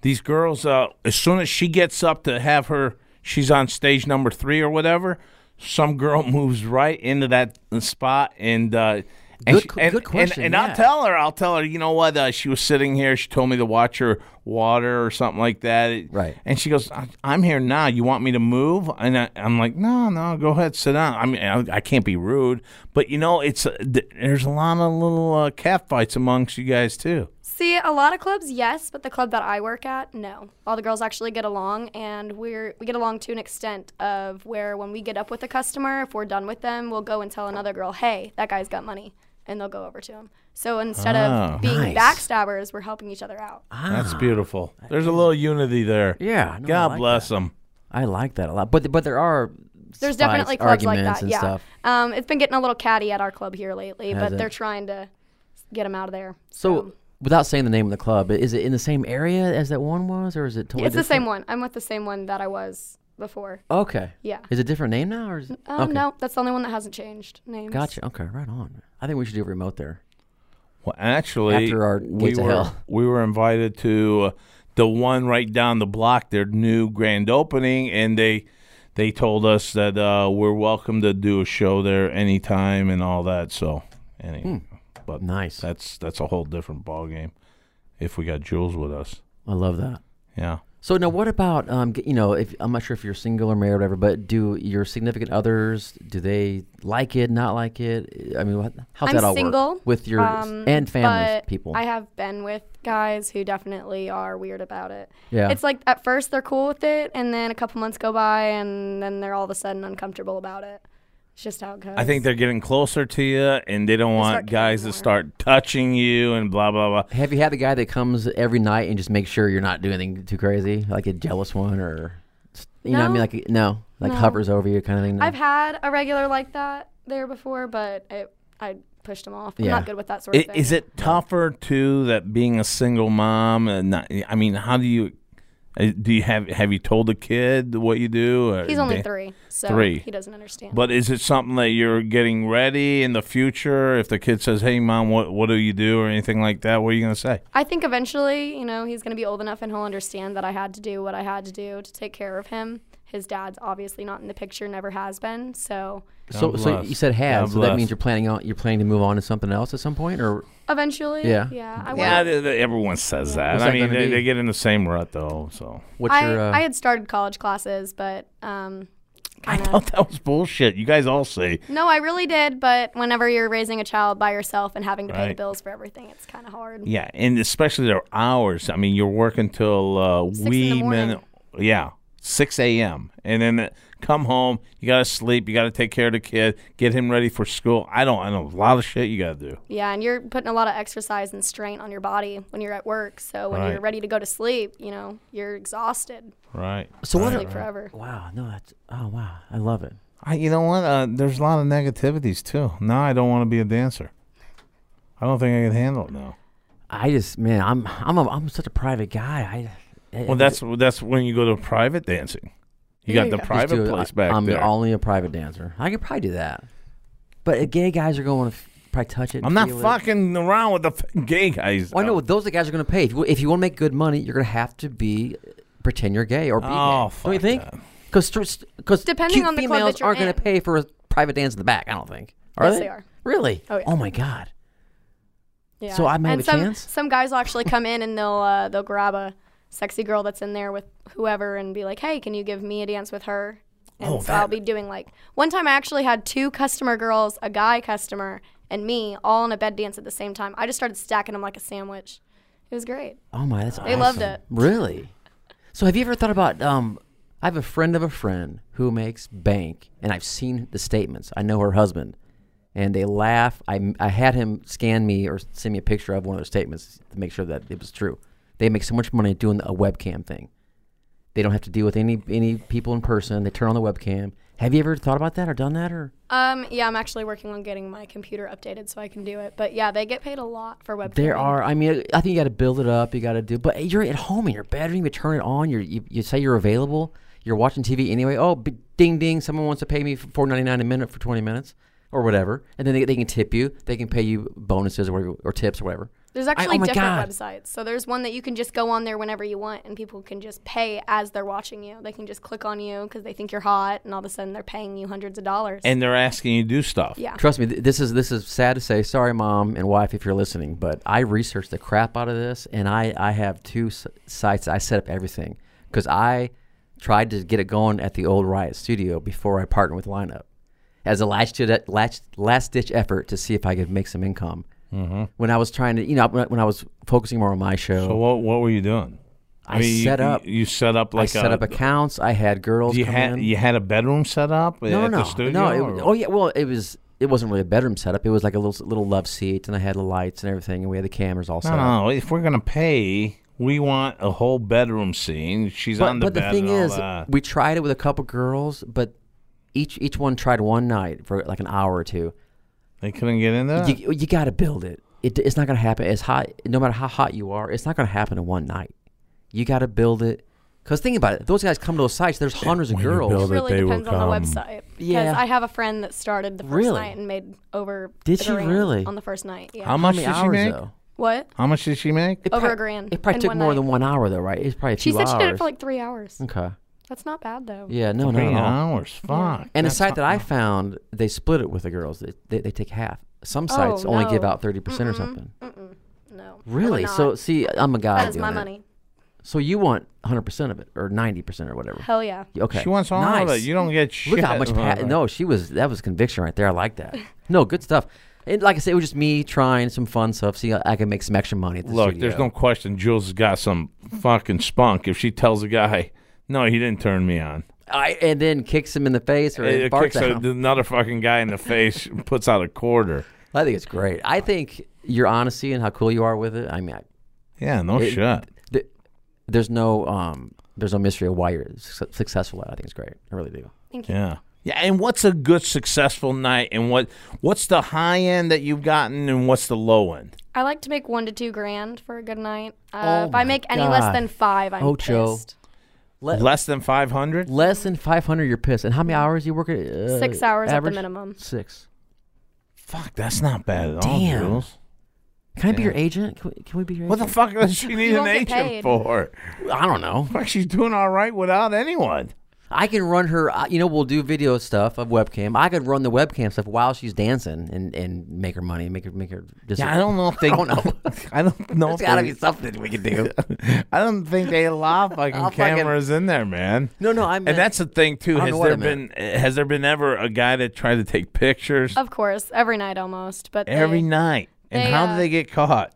S3: these girls, uh, as soon as she gets up to have her, she's on stage number three or whatever. Some girl moves right into that spot, and uh, and,
S4: Good
S3: she-
S4: qu-
S3: and,
S4: good question,
S3: And, and I'll
S4: yeah.
S3: tell her, I'll tell her, you know what? Uh, she was sitting here. She told me to watch her water or something like that.
S4: Right.
S3: And she goes, "I- "I'm here now. You want me to move?" And I, I'm like, "No, no, go ahead, sit down." I mean, I, I can't be rude, but you know, it's uh, th- there's a lot of little uh, cat fights amongst you guys too.
S5: See, a lot of clubs, yes, but the club that I work at, no. All the girls actually get along, and we're we get along to an extent of where when we get up with a customer, if we're done with them, we'll go and tell another girl, "Hey, that guy's got money," and they'll go over to him. So instead
S3: Ah.
S5: of being
S4: Oh, Nice. Ah,
S5: backstabbers, we're helping each other out.
S3: That's beautiful. There's a little unity there.
S4: Yeah, no, I
S3: God
S4: like
S3: bless them.
S4: I like that a lot. But but there are fights,
S5: There's definitely clubs like
S4: arguments
S5: that.
S4: and
S5: Yeah,
S4: stuff.
S5: Um, it's been getting a little catty at our club here lately,
S4: Has
S5: but
S4: it?
S5: they're trying to get them out of there.
S4: So. Without saying the name of the club, i- is it in the same area as that one was, or is it totally
S5: it's the
S4: different?
S5: same one. I'm with the same one that I was before.
S4: Okay.
S5: Yeah.
S4: Is it a different name now, or is it?
S5: Um, No, that's the only one that hasn't changed names.
S4: Gotcha. Okay, right on. I think we should do a remote there.
S3: Well, actually,
S4: After our
S3: we
S4: Gates of
S3: were
S4: Hell.
S3: we were invited to uh, the one right down the block, their new grand opening, and they they told us that uh, we're welcome to do a show there anytime and all that. So, anyway,
S4: Hmm.
S3: but
S4: Nice.
S3: that's that's a whole different ball game. If we got Jules with us,
S4: I love that.
S3: yeah.
S4: So now, what about um, g- you know, if I'm not sure if you're single or married or whatever, but do your significant others do they like it, not like it? I mean, what, how's
S5: I'm
S4: that all
S5: single,
S4: work with your s-
S5: um,
S4: and family
S5: but
S4: people?
S5: I have been with guys who definitely are weird about it.
S4: Yeah.
S5: It's like at first they're cool with it, and then a couple months go by, and then they're all of a sudden uncomfortable about it. It's just how it goes.
S3: I think they're getting closer to you, and they don't want
S5: start
S3: guys
S5: caring
S3: to
S5: more.
S3: start touching you and blah blah blah.
S4: have you had the guy that comes every night and just makes sure you're not doing anything too crazy, like a jealous one, or s- you know, what I mean,
S5: No.
S4: like no, like
S5: No.
S4: hovers over you kind of thing? No?
S5: I've had a regular like that there before, but it, I pushed them off. I'm
S4: Yeah.
S5: not good with that sort
S3: I-
S5: of
S3: Is
S5: thing.
S3: it tougher too that being a single mom? And not, I mean, how do you uh, do? You have have you told the kid what you do? or
S5: He's only
S3: da-
S5: three, so
S3: Three.
S5: he doesn't understand.
S3: But is it something that you're getting ready in the future? If the kid says, "Hey, mom, what what do you do?" or anything like that, what are you gonna say?
S5: I think eventually, you know, he's going to be old enough and he'll understand that I had to do what I had to do to take care of him. His dad's obviously not in the picture, never has been. So
S4: so, so
S3: bless.
S4: you said have,
S3: God
S4: so that
S3: bless.
S4: means you're planning on you're planning to move on to something else at some point, or
S5: eventually,
S4: Yeah.
S5: yeah
S3: Yeah,
S5: I wanna-
S3: they, they- everyone says that.
S4: What's
S3: I
S4: that
S3: mean,
S4: gonna
S3: they,
S4: be?
S3: they get in the same rut though. So
S4: what's
S5: I,
S4: your? Uh,
S5: I had started college classes, but um,
S3: I
S5: kinda-
S3: thought that was bullshit. You guys all say
S5: no, I really did. But whenever you're raising a child by yourself and having to pay the
S3: Right.
S5: bills for everything, it's kind of hard.
S3: Yeah, and especially their hours. I mean, you're working till uh,
S5: in the
S3: wee
S5: morning.
S3: min. Yeah, six a.m. and then uh, come home. You gotta sleep. You gotta take care of the kid. Get him ready for school. I don't. I know a lot of shit you gotta do.
S5: Yeah, and you're putting a lot of exercise and strain on your body when you're at work. So when you're
S3: Right.
S5: ready to go to sleep, you know, you're exhausted.
S3: Right.
S4: so what?
S5: Sleep
S4: are-
S5: forever.
S4: Wow, no, that's oh wow, I love it.
S3: I, you know what? Uh, there's a lot of negativities too. Now I don't want to be a dancer. I don't think I can handle it now.
S4: I just man, I'm I'm a, I'm such a private guy. I, I
S3: Well, that's that's when you go to private dancing. You got the
S4: Just
S3: private
S4: do it.
S3: place
S4: I-
S3: back
S4: I'm
S3: there.
S4: only a private dancer. I could probably do that, but uh, gay guys are going to probably touch it. and
S3: I'm not
S4: feel it.
S3: fucking around with the f- gay guys.
S4: Well, I know those are the guys are going to pay. If you- If you want to make good money, you're going to have to be pretend you're gay or be.
S3: Oh,
S4: gay. Don't you
S3: fuck
S4: think?
S3: that.
S4: Because because
S5: Depending on the club
S4: females
S5: that you're
S4: aren't going
S5: in.
S4: to pay for a private dance in the back. I don't think. Are
S5: Yes,
S4: they?
S5: they are.
S4: Really?
S5: Oh, yeah.
S4: my god.
S5: Yeah.
S4: So I might
S5: and
S4: have a
S5: some,
S4: chance?
S5: Some guys will actually come in and they'll uh, they'll grab a sexy girl that's in there with whoever and be like, "Hey, can you give me a dance with her?" And
S3: Oh,
S5: so I'll
S3: that-
S5: be doing like one time I actually had two customer girls, a guy customer, and me all in a bed dance at the same time. I just started stacking them like a sandwich. It was great.
S4: Oh my, that's
S5: They loved
S4: awesome.
S5: it.
S4: Really? So have you ever thought about um I have a friend of a friend who makes bank and I've seen the statements. I know her husband. And they laugh. I, I had him scan me or send me a picture of one of their statements to make sure that it was true. They make so much money doing a webcam thing. They don't have to deal with any any people in person. They turn on the webcam. Have you ever thought about that or done that or
S5: Um, yeah, I'm actually working on getting my computer updated so I can do it. But yeah, they get paid a lot for web.
S4: There
S5: coding.
S4: are. I mean, I think you got to build it up. You got to do. But you're at home in your bedroom. You turn it on. You're, you you say you're available. You're watching TV anyway. Oh, b- ding ding! Someone wants to pay me four ninety nine a minute for twenty minutes or whatever, and then they, they can tip you. They can pay you bonuses or whatever, or tips or whatever.
S5: There's
S4: I-
S5: actually
S4: oh my
S5: different
S4: God.
S5: websites. So there's one that you can just go on there whenever you want, and people can just pay as they're watching you. They can just click on you because they think you're hot, and all of a sudden they're paying you hundreds of dollars.
S3: and they're asking you to do stuff.
S5: yeah,
S4: Trust me, th- this is this is sad to say. Sorry, mom and wife, if you're listening, but I researched the crap out of this, and I I have two s- sites. I set up everything because I tried to get it going at the old Riot Studio before I partnered with Lineup as a last ditch, last, last ditch effort to see if I could make some income. Mm-hmm. When I was trying to, you know, when I, when I was focusing more on my show,
S3: So what what were you doing?
S4: I set
S3: you,
S4: up-
S3: You, set up
S4: I
S3: like
S4: set
S3: a,
S4: up accounts. I had girls.
S3: You
S4: come
S3: had
S4: in.
S3: you had a bedroom set up at
S4: no,
S3: the
S4: no,
S3: studio.
S4: no. It,
S3: or-
S4: was- oh yeah, well it was. It wasn't really a bedroom setup. It was like a little little love seat, and I had the lights and everything, and we had the cameras all set
S3: no,
S4: up.
S3: no. If we're gonna pay, we want a whole bedroom scene. She's
S4: but,
S3: on the
S4: but
S3: bed
S4: the thing
S3: and all
S4: is,
S3: that.
S4: we tried it with a couple girls, but each each one tried one night for like an hour or two.
S3: they couldn't get in there.
S4: You you got to build it. it. It's not gonna happen as hot. No matter how hot you are, it's not gonna happen in one night. You got to build it. Cause think about it, those guys come to those sites. There's hundreds of
S6: when you build
S4: girls.
S5: it
S6: that
S5: really
S6: they will
S5: depends on the
S6: come.
S5: website.
S4: Yeah.
S5: because I have a friend that started the first
S4: Really?
S5: night and made over.
S4: Did
S5: a
S4: she
S5: grand
S4: really?
S5: on the first night? Yeah.
S3: How much
S4: How many
S3: did she
S4: hours
S3: make?
S4: though?
S5: what?
S3: How much did she make?
S4: It
S5: Over
S4: prob-
S5: a grand
S4: It probably
S5: in
S4: took
S5: one
S4: more
S5: night.
S4: than one hour though, right? It's probably a
S5: She
S4: few
S5: said
S4: hours.
S5: she did it for like three hours.
S4: okay.
S5: That's not bad though.
S4: Yeah, no, no,
S3: Three
S4: no.
S3: hours. Fuck.
S4: And
S3: That's
S4: a site that
S3: not-
S4: I found, they split it with the girls. They, they, they take half. Some
S5: Oh,
S4: sites only give
S5: no.
S4: out thirty percent or something.
S5: No. I would
S4: Really?
S5: not.
S4: So see, I'm a guy.
S5: that is
S4: doing
S5: my
S4: it.
S5: money.
S4: So you want 100 percent of it or 90 percent or whatever?
S5: Hell yeah.
S4: Okay.
S3: She wants all
S4: nice.
S3: of it. You don't get shit.
S4: Look how much
S3: from
S4: pa-
S3: it.
S4: no, she was that was conviction right there. I like that. No, good stuff. And like I said, it was just me trying some fun stuff. See, I, I can make some extra money. At the
S3: Look,
S4: studio.
S3: there's no question. Jules has got some fucking spunk. If she tells a guy, "No, he didn't turn me on,"
S4: I, and then kicks him in the face or
S3: it
S4: barks
S3: kicks
S4: at
S3: a,
S4: him.
S3: another fucking guy in the face, and puts out a quarter.
S4: I think it's great. I think your honesty and how cool you are with it. I mean, I,
S3: Yeah, no
S4: It-
S3: shit.
S4: th- there's no um, there's no mystery of why you're su- successful at. it. I think it's great. I really do.
S5: Thank you.
S3: Yeah. Yeah, and what's a good successful night and what what's the high end that you've gotten and what's the low end?
S5: I like to make one to two grand for a good night. Uh,
S4: Oh
S5: if
S4: my
S5: I make any less
S4: God.
S5: than five, I'm
S4: Oh, Joe.
S5: pissed.
S4: Le-
S3: Less than 500?
S4: less than 500, you're pissed. And how many hours you work? At, uh,
S5: Six hours at the
S4: average?
S5: minimum.
S4: Six.
S3: Fuck, that's not bad at
S4: Damn.
S3: all, Jules.
S4: Can I be your agent? Can we, can we be your
S3: What the
S4: agent?
S3: fuck does she need an
S5: won't get
S3: agent
S5: paid.
S3: for?
S4: I don't know.
S3: Fuck, she's doing all right without anyone.
S4: I can run her. I- You know, we'll do video stuff of webcam. I could run the webcam stuff while she's dancing and, and make her money, make her make her. Just
S3: Yeah, I don't know if they.
S4: I don't know.
S3: I don't know.
S4: There's
S3: if
S4: got to
S3: they-
S4: be something we can do.
S3: I don't think they allow fucking
S4: I'll fucking-
S3: cameras in there, man.
S4: No, no, I meant-
S3: and that's the thing too.
S4: I don't
S3: Has
S4: know what
S3: there
S4: I
S3: been has there been ever a guy that tried to take pictures
S5: Of course, every night almost, but
S3: every
S5: they-
S3: night? And
S5: they,
S3: how
S5: uh,
S3: do they get caught?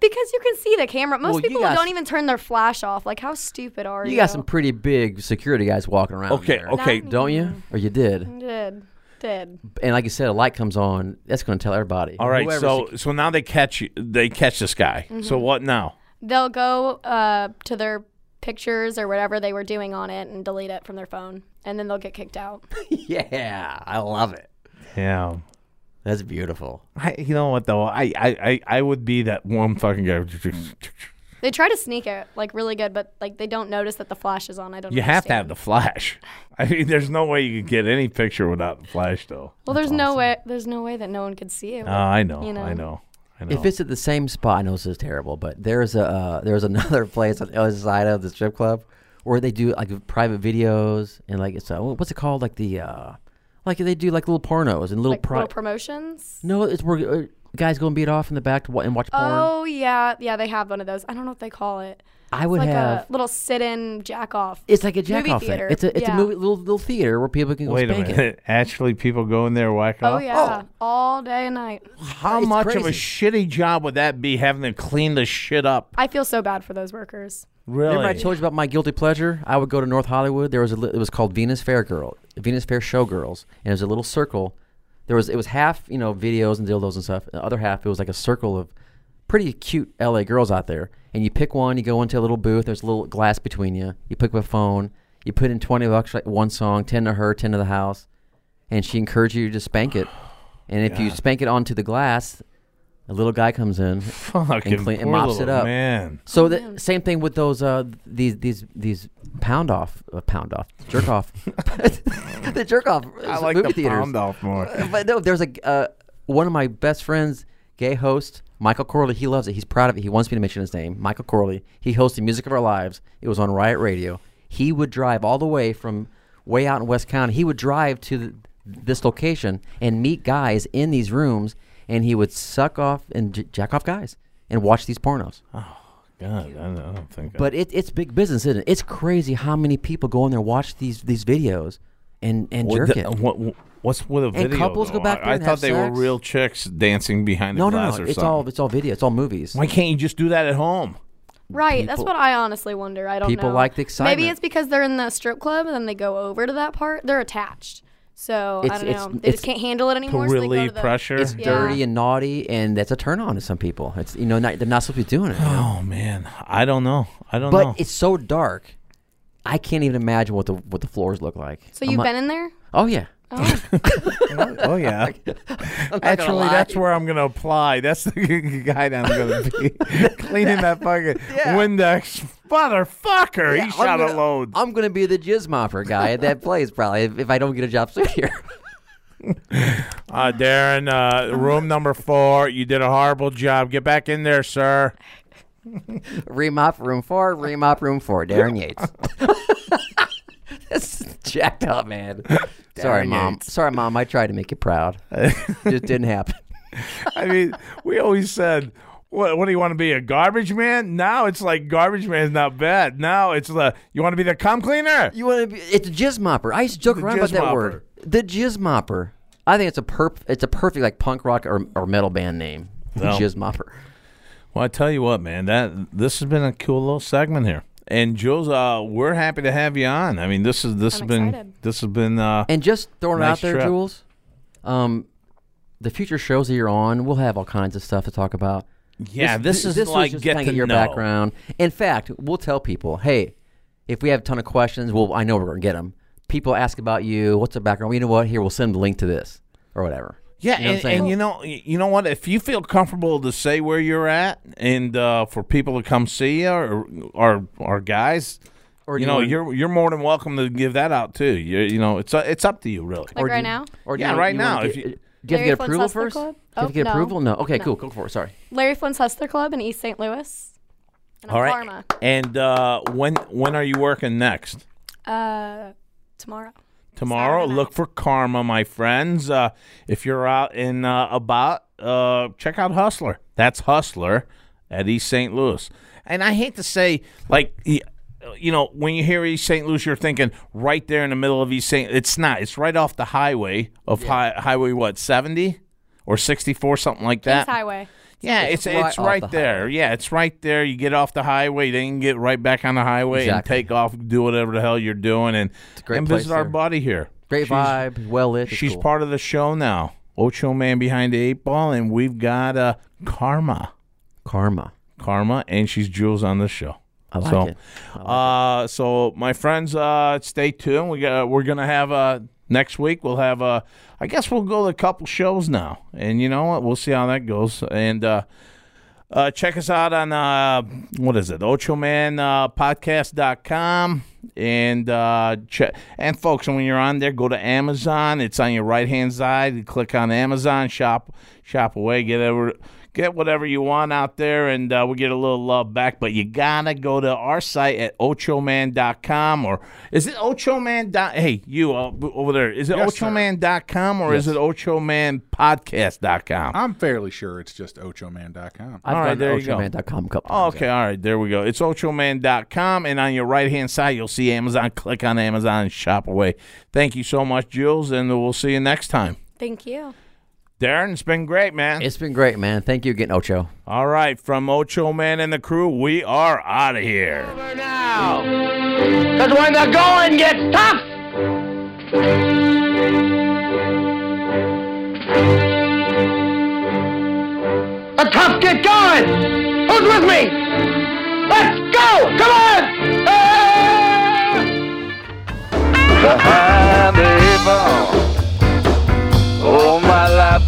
S5: because you can see the camera. Most
S4: Well, you
S5: people
S4: got-
S5: don't even turn their flash off. Like, how stupid are you?
S4: You got some pretty big security guys walking around.
S3: Okay,
S4: there,
S3: okay.
S5: Not
S4: Don't you? Or you did?
S5: Did did
S4: And like you said, a light comes on. That's going to tell everybody.
S3: All right,
S4: Whoever's
S3: so so now they catch you. They catch this guy.
S5: Mm-hmm.
S3: So what now?
S5: they'll go uh, to their pictures or whatever they were doing on it and delete it from their phone, and then they'll get kicked out.
S4: sec- yeah, I love it.
S3: Yeah.
S4: That's beautiful.
S3: I, you know what though? I, I, I, I would be that one fucking guy.
S5: They try to sneak it like really good, but like they don't notice that the flash is on. I don't.
S3: You have to have
S5: understand.
S3: the flash. I mean, there's no way you could get any picture without the flash, though.
S5: Well, there's no way. There's no way that no one could see it.
S3: Oh, I know,
S5: You know.
S3: I know, I know.
S4: If it's at the same spot, I know this is terrible, but there's a uh, there's another place on the other side of the strip club where they do like private videos and like it's uh, what's it called like the uh, like they do like little pornos and little
S5: like
S4: pro.
S5: little promotions.
S4: no, it's where uh, guys go and beat off in the back to wa- and watch porn.
S5: Oh yeah, yeah. They have one of those. I don't know what they call it.
S4: I would
S5: like
S4: have.
S5: a little sit-in jack-off.
S4: it's like a
S5: movie
S4: jack off thing.
S5: theater.
S4: It's a it's
S5: Yeah.
S4: a movie, little little theater where people can go
S3: Wait a
S4: spank it.
S3: minute. Actually, people go in there whacking
S5: Oh
S3: off.
S5: yeah, all day and night.
S3: How
S4: It's
S3: much of a
S4: crazy.
S3: shitty job would that be having to clean the shit up?
S5: I feel so bad for those workers.
S3: Really?
S4: Remember I told you about my guilty pleasure? I would go to North Hollywood. There was a, li- it was called Venus Fair Girl, Venus Fair Showgirls, and it was a little circle. There was it was half you know videos and dildos and stuff. The other half it was like a circle of pretty cute LA girls out there. And you pick one, you go into a little booth. There's a little glass between you. You pick up a phone. You put in twenty bucks like one song, ten to her, ten to the house, and she encouraged you to spank it. And if you spank it onto the glass, a little guy comes in
S3: Fucking
S4: and clean and
S3: poor
S4: mops it
S3: little
S4: up.
S3: Man.
S4: So the same thing with those uh these these these pound off uh, pound off jerk off the jerk off
S3: I like
S4: movie
S3: the
S4: theaters.
S3: pound off more.
S4: But no, there's a uh, one of my best friends, gay host Michael Corley. He loves it. He's proud of it. He wants me to mention his name, Michael Corley. He hosted Music of Our Lives. It was on Riot Radio. He would drive all the way from way out in West County. He would drive to th this location and meet guys in these rooms, and he would suck off and j- jack off guys and watch these pornos.
S3: God, I don't, I don't think.
S4: But it, it's big business, isn't it? It's crazy how many people go in there, watch these these videos, and and
S3: What
S4: jerk
S3: the- uh,
S4: it.
S3: what- what's with a video?
S4: couples go
S3: though?
S4: back there
S3: I, I
S4: and
S3: thought
S4: have
S3: they
S4: sex?
S3: were real chicks dancing behind
S4: No,
S3: the
S4: no,
S3: glass
S4: no.
S3: or
S4: It's
S3: something.
S4: all it's all video. It's all movies.
S3: Why can't you just do that at home?
S5: Right. that's
S4: People-
S5: what I honestly wonder. I don't know.
S4: people like the
S5: Maybe
S4: excitement.
S5: it's because they're in the strip club and then they go over to that part. They're attached. So I
S4: It's-
S5: don't
S4: it's-
S5: know. They
S4: it's-
S5: just can't handle it
S3: To
S5: anymore. so they go to
S3: relieve
S5: the-
S3: pressure?
S4: It's
S5: Yeah.
S4: dirty and naughty, and that's a turn on to some people. It's you know not, they're not supposed to be doing it, you know?
S3: Oh man, I don't know. I don't
S4: but
S3: know.
S4: it's so dark. I can't even imagine what the what the floors look like.
S5: So
S4: I'm
S5: you've
S4: not-
S5: been in there?
S4: Oh yeah.
S3: oh yeah. Actually, that's where I'm gonna apply. That's the guy that I'm gonna be cleaning that fucking Windex. Motherfucker, he shot
S4: I'm
S3: a
S4: gonna-
S3: load.
S4: I'm gonna be the jizz mopper guy at that place probably if, if I don't get a job soon here.
S3: Uh, Darren, uh, room number four. You did a horrible job. Get back in there, sir.
S4: remop room four, remop room four. Darren Yates. that's jacked up, man. Sorry,
S3: Darren
S4: mom.
S3: Yates.
S4: Sorry, mom. I tried to make you proud. Just didn't happen.
S3: I mean, we always said, "What? What do you want to be? A garbage man?" Now it's like garbage man's not bad. Now it's the you want to be the cum cleaner.
S4: You want to be? It's a jizz mopper. I used to joke
S3: The
S4: around about
S3: jizz
S4: that
S3: mopper.
S4: word. The jizz mopper. I think it's a perp. It's a perfect like punk rock or, or metal band name. The
S3: Well.
S4: jizz mopper.
S3: Well, I tell you what, man, that this has been a cool little segment here. And Jules, uh, we're happy to have you on. I mean, this is this has
S5: I'm
S3: been
S5: excited.
S3: this has been uh,
S4: And just throwing
S3: Nice
S4: it out there,
S3: trip.
S4: Jules. Um, the future shows that you're on, we'll have all kinds of stuff to talk about.
S3: yeah, this, is
S4: this was
S3: like
S4: just
S3: get
S4: kinda
S3: to
S4: your
S3: know.
S4: background. In fact, we'll tell people, hey, if we have a ton of questions, well, I know we're gonna get them. People ask about you, what's the background? Well, you know what? Here, we'll send them the link to this or whatever.
S3: Yeah,
S4: You know what I'm
S3: and,
S4: saying?
S3: and you know, y- you know what? If you feel comfortable to say where you're at, and uh, for people to come see you, or or, or guys, you
S4: Or do you
S3: know,
S4: wanna-
S3: you're you're more than welcome to give that out too. You you know, it's uh, it's up to you really.
S5: Like
S4: Or do
S5: right
S4: you-
S5: now?
S4: Or do
S3: Yeah,
S4: you-
S3: right
S4: you wanna
S3: now, if
S4: get-
S3: you-
S4: do you have to
S5: Larry
S4: get
S5: Flynn's
S4: approval
S5: Hustler
S4: first? Do
S5: Club?
S4: you have
S5: Oh,
S4: to get
S5: no.
S4: approval? No. Okay,
S5: No.
S4: cool. Go for it. Sorry.
S5: Larry Flynn's Hustler Club in East St. Louis. And
S3: All right.
S5: Parma.
S3: And uh, when when are you working next?
S5: Uh, tomorrow.
S3: tomorrow.
S5: Saturday
S3: Look for Karma, my friends. Uh, if you're out and uh, about, uh, check out Hustler. That's Hustler at East St. Louis. And I hate to say, like, y- you know, when you hear East St. Louis, you're thinking right there in the middle of East St. It's not. It's right off the highway of hi- highway what seventy or sixty four, something like
S4: Uh,
S3: that.
S5: Kings Highway.
S3: Yeah,
S4: It's
S3: it's
S4: right
S3: it's,
S4: off
S3: right
S4: the
S3: there. Yeah, it's right there. You get off the highway, then you can get right back on the highway
S4: Exactly.
S3: and take off, do whatever the hell you're doing, and
S4: a great
S3: and
S4: place
S3: visit our
S4: there.
S3: buddy here.
S4: Great
S3: She's-
S4: vibe, well lit. it's
S3: She's
S4: cool.
S3: part of the show now. Ocho Man behind the eight ball, and we've got uh, Karma,
S4: Karma.
S3: Karma, and she's Jules on this show.
S4: I like
S3: so,
S4: it.
S3: uh, so my friends, uh, stay tuned. We got we're gonna have uh, next week. We'll have uh, I guess we'll go to a couple shows now, and you know what? We'll see how that goes. And uh, uh, check us out on uh, what is it? uh, OchomanPodcast.com. And uh, check and folks, when you're on there, go to Amazon. It's on your right hand side. You click on Amazon, shop, shop away, get over, get whatever you want out there, and uh, we get a little love back. But you gotta go to our site at Ochoman.com or is it Ochoman? dot- Hey, you uh, over there? Is it
S8: Yes, sir.
S3: Ochoman.com or is it Ochomanpodcast.com?
S8: I'm fairly sure it's just ochoman.com.
S4: I've
S3: all right,
S4: gone to
S3: there you go.
S4: OchoMan.com a couple
S3: Oh,
S4: times.
S3: okay, all right, there we go. It's ochoman.com, and on your right hand side, you'll see Amazon. Click on Amazon and shop away. Thank you so much, Jules, and we'll see you next time.
S5: Thank you.
S3: Darren, it's been great, man.
S4: It's been great, man. Thank you again, Ocho.
S3: all right, from Ocho Man and the crew, we are out of here.
S9: Because when the going gets tough, the tough get going. Who's with me? Let's go! Come on! Ah!
S2: behind the eight ball. All my life,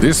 S7: This